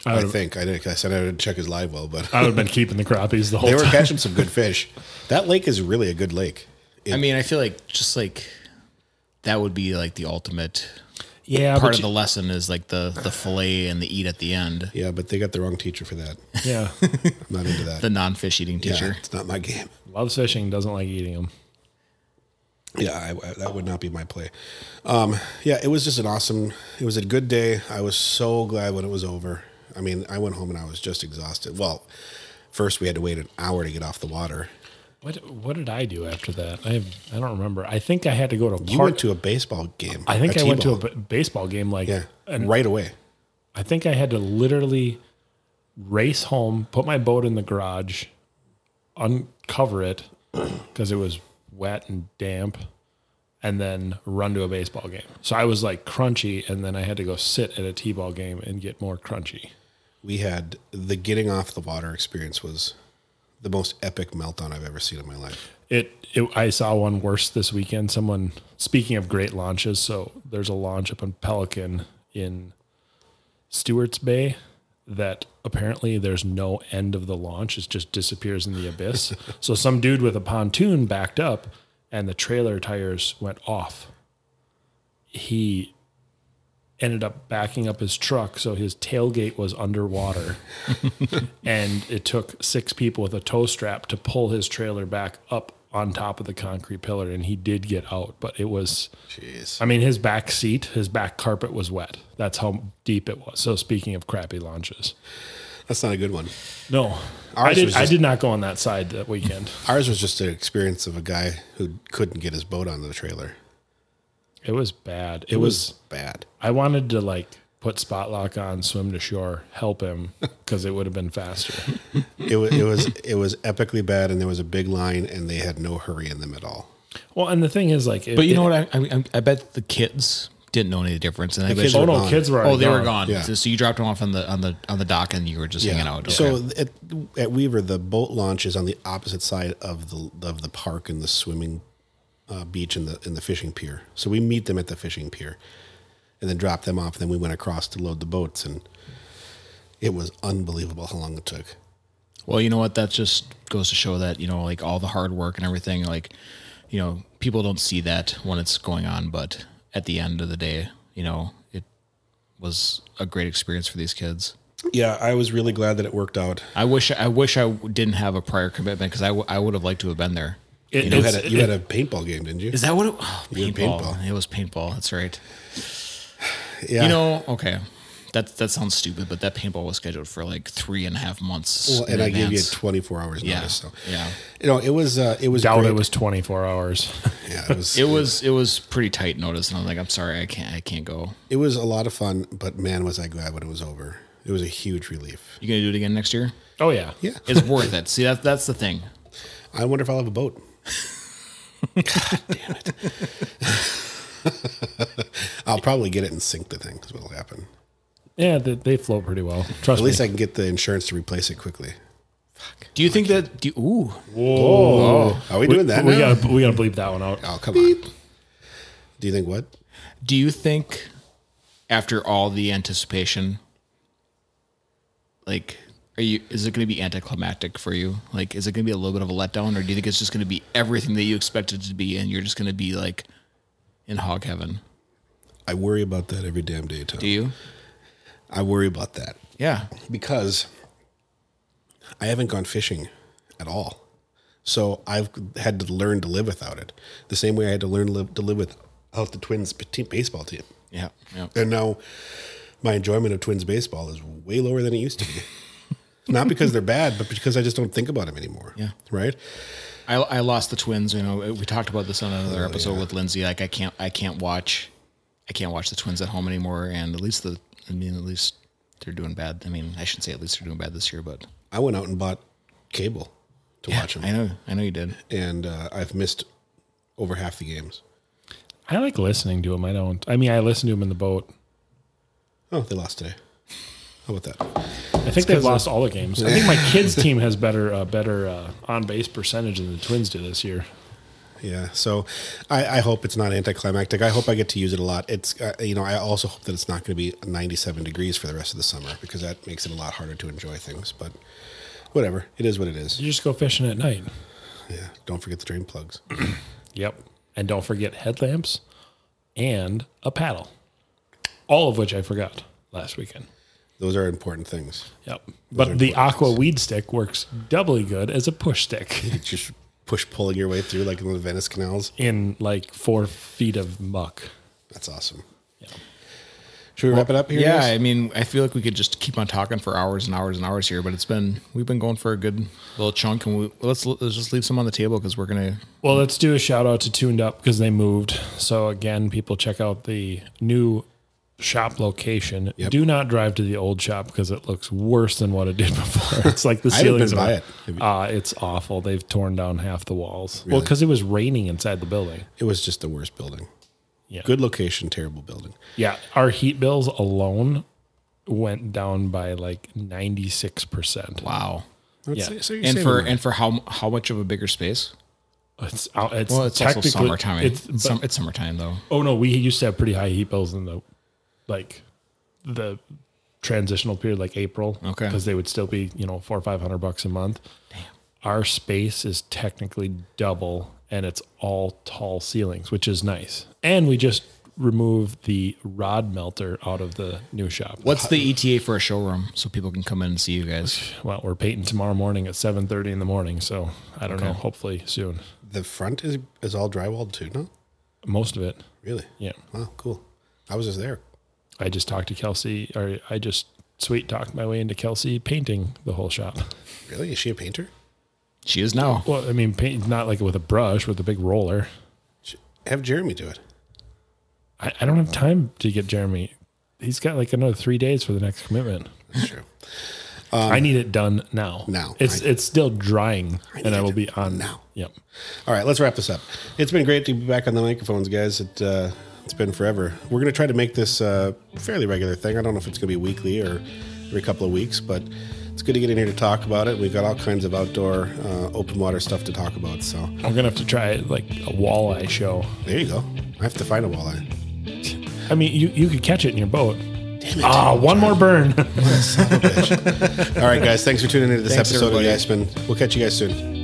A: I
B: I
A: would have
B: think I didn't. I said I didn't check his live well, but
A: I would have been keeping the crappies the whole
B: [laughs] they were
A: time.
B: catching some good fish. That lake is really a good lake.
C: I mean, I feel like just like that would be like the ultimate
A: [laughs] yeah,
C: part
A: but
C: of the lesson is like the the fillet and the eat at the end.
B: Yeah, but they got the wrong teacher for that. I'm
A: you- [laughs] yeah.
B: not
A: [laughs]
B: into that.
C: The non fish eating
B: Yeah,
C: teacher.
B: it's not my game.
A: Loves fishing, doesn't like eating them.
B: Yeah, I, I, that would not be my play. Um, yeah, it was just an awesome. It was a good day. I was so glad when it was over. I mean, I went home and I was just exhausted. Well, first we had to wait an hour to get off the water.
A: What What did I do after that? I have, I don't remember. I think I had to go to a
B: You
A: park.
B: went to a baseball game.
A: I think
B: I
A: I went to a b- baseball game. Like,
B: yeah,
A: and
B: right away.
A: I think I had to literally race home, put my boat in the garage, uncover it [clears throat] because it was wet and damp, and then run to a baseball game. So I was like crunchy, and then I had to go sit at a t-ball game and get more crunchy.
B: We had the getting off the water experience was the most epic meltdown I've ever seen in my life.
A: It, it I saw one worse this weekend. Someone speaking of great launches, so there's a launch up in Pelican in Stewart's Bay that apparently there's no end of the launch. It just disappears in the abyss. so some dude with a pontoon backed up and the trailer tires went off. He ended up backing up his truck so his tailgate was underwater. and it took six people with a tow strap to pull his trailer back up on top of the concrete pillar and he did get out, but it was
B: Jeez.
A: I mean, his back seat, his back carpet was wet. That's how deep it was. So speaking of crappy launches,
B: That's not a good one.
A: no, I
B: Ours
A: did.
B: was
A: I
B: just-
A: did not go on that side that weekend.
B: Ours was just an experience of a guy who couldn't get his boat onto the trailer.
A: It was bad. It,
B: It
A: was,
B: was bad.
A: I wanted to like put spot lock on, swim to shore, help him because it would have been faster.
B: It was it was it was epically bad, and there was a big line, and they had no hurry in them at all.
A: Well, and the thing is, like,
C: But you know what? I, I I bet the kids didn't know any difference, and I bet
B: kids
C: you-
A: Oh
B: were
A: no,
B: gone.
A: kids were.
C: oh,
A: already
C: they were gone.
B: Yeah.
C: So, so you dropped them off on the on the on the dock, and you were just hanging out. Okay.
B: So at, at Weaver, the boat launch is on the opposite side of the of the park and the swimming uh, beach and the and the fishing pier. So we meet them at the fishing pier, and then drop them off. Then we went across to load the boats, and it was unbelievable how long it took.
C: Well, you know what? That just goes to show that you know, like all the hard work and everything. Like, you know, people don't see that when it's going on, but at the end of the day, you know, it was a great experience for these kids.
B: Yeah, I was really glad that it worked out.
C: I wish I wish I didn't have a prior commitment because I, w- I would have liked to have been there.
A: It,
B: You
A: it's-
B: had a, you had a paintball game, didn't you?
C: Is that what it oh,
B: You had
C: paintball.
B: paintball.
C: It was paintball. That's right.
B: Yeah.
C: You know, okay. That that sounds stupid, but that paintball was scheduled for like three and a half months.
B: Well,
C: in
B: and I gave you
C: advance.
B: 24 hours
C: Yeah,
B: notice. So
C: yeah.
B: you know, it was uh, it was
A: doubt
B: great.
A: it was 24 hours.
B: yeah, it was
C: [laughs] It was it was pretty tight notice, and I'm like, I'm sorry, I can't I can't go.
B: it was a lot of fun. But man, was I glad when it was over. It was a huge relief.
C: You gonna do it again next year?
A: Oh yeah,
B: Yeah,
C: It's worth it. See, that's that's the thing.
B: [laughs] I wonder if I'll have a
C: [laughs]
B: boat. God damn it! I'll probably get it and sink the thing. Is what'll happen.
A: yeah. They, they float pretty well. Trust
B: At least
A: me.
B: I can get the insurance to replace it quickly.
C: Do you think that? Do you, ooh,
B: Are we doing that
A: we
B: now?
A: gotta we gotta bleep that one out.
B: oh come on. Do you think what?
C: do you think after all the anticipation, like, are you? Is it gonna be anticlimactic for you? Like, is it gonna be a little bit of a letdown, or do you think it's just gonna be everything that you expected it to be, and you're just gonna be like in hog heaven?
B: I worry about that every damn day, Tom.
C: Do you?
B: I worry about that.
C: Yeah.
B: because I haven't gone fishing at all. So I've had to learn to live without it. The same way I had to learn to live, to live without the Twins p- team, baseball team.
C: Yeah. Yeah.
B: And now my enjoyment of Twins baseball is way lower than it used to be. Not because they're bad, but because I just don't think about them anymore.
C: Yeah.
B: Right?
C: I, I lost the twins. You know, we talked about this on another episode with Lindsay. Like, I can't, I can't watch, I can't watch the twins at home anymore. And at least the, I mean, at least they're doing bad. I mean, I shouldn't say at least they're doing bad this year, but
B: I went out and bought cable to watch them.
C: I know, I know you did.
B: And uh, I've missed over half the games.
A: I like listening to him. I don't. I mean, I listen to him in the boat.
B: Oh, they lost today. How about that?
A: I think they've lost all the games. I
B: [laughs]
A: think my kids' team has better uh, better uh, on base percentage than the Twins do this year.
B: Yeah. So I, I hope it's not anticlimactic. I hope I get to use it a lot. It's, uh, you know, I also hope that it's not going to be 97 degrees for the rest of the summer because that makes it a lot harder to enjoy things. But whatever. It is what it is.
A: You just go fishing at night.
B: Yeah. Don't forget the drain plugs.
A: Yep. And don't forget headlamps and a paddle, all of which I forgot last weekend.
B: Those are important things.
A: Yep. But the aqua weed stick works doubly good as a push stick [laughs]
B: It's just push pulling your way through like in the Venice canals.
A: in like four feet of muck.
B: That's awesome. Should we wrap it up here?
C: yeah,
B: guys?
C: I mean, I feel like we could just keep on talking for hours and hours and hours here, but it's been we've been going for a good little chunk, and we let's let's just leave some on the table because we're gonna
A: Well, let's do a shout out to Tuned Up because they moved. So again, people check out the new shop location. Do not drive to the old shop because it looks worse than what it did [laughs] before. It's
C: [laughs]
A: like the
B: I haven't
A: ceilings.
B: been by
A: are-
B: it. Have you-
A: Ah, it's awful. They've torn down half the walls. Well, because it was raining inside the building.
B: It was just the worst building.
A: Yeah.
B: Good location, terrible building.
A: Yeah, our heat bills alone went down by like ninety six percent.
C: wow.
A: Yeah.
B: That's- you're
C: And
B: saving
C: for
B: money.
C: and for how how much of a bigger space?
A: It's out. It's,
C: Well, it's also
A: technically
C: summertime.
A: It's,
C: It's,
A: but-
C: sum, it's summertime though.
A: oh no, we used to have pretty high heat bills in the like the transitional period, like April.
C: Okay.
A: because they would still be you know four or five hundred bucks a month. Our space is technically double, and it's all tall ceilings, which is nice. And we just removed the rod melter out of the new shop.
C: What's the ETA for a showroom so people can come in and see you guys?
A: Well, we're painting tomorrow morning at seven thirty in the morning, so I don't know. Hopefully soon.
B: the front is is all drywalled too. No,
A: Most of it.
B: really.
A: Yeah.
B: Wow, cool. I was just there.
A: I just talked to Kelsey, or I just sweet talked my way into Kelsey painting the whole shop.
B: Really? Is she a painter?
C: She is now.
A: Well, I mean, paint not like with a brush, with a big roller.
B: Sh- Have Jeremy do it.
A: I, I don't have time to get Jeremy. He's got like another three days for the next commitment.
B: [laughs] That's true.
A: I need it done now.
B: Um, now.
A: it's
B: I-
A: it's still drying, and
B: need
A: I will
B: it
A: be on
B: now.
A: Yep.
B: All right, let's wrap this up. It's been great to be back on the microphones, guys. It, uh, it's been forever. We're going to try to make this a fairly regular thing. I don't know if it's going to be weekly or every couple of weeks, but it's good to get in here to talk about it. We've got all kinds of outdoor, uh, open water stuff to talk about. So
A: I'm gonna have to try like a walleye show.
B: there you go. I have to find a walleye.
A: I mean, you you could catch it in your boat. Ah,
C: Oh.
A: one more burn. [laughs]
C: [laughs]
B: All right, guys. Thanks for tuning into this
C: Thanks,
B: episode
C: everybody.
B: of The Iceman. We'll catch you guys soon.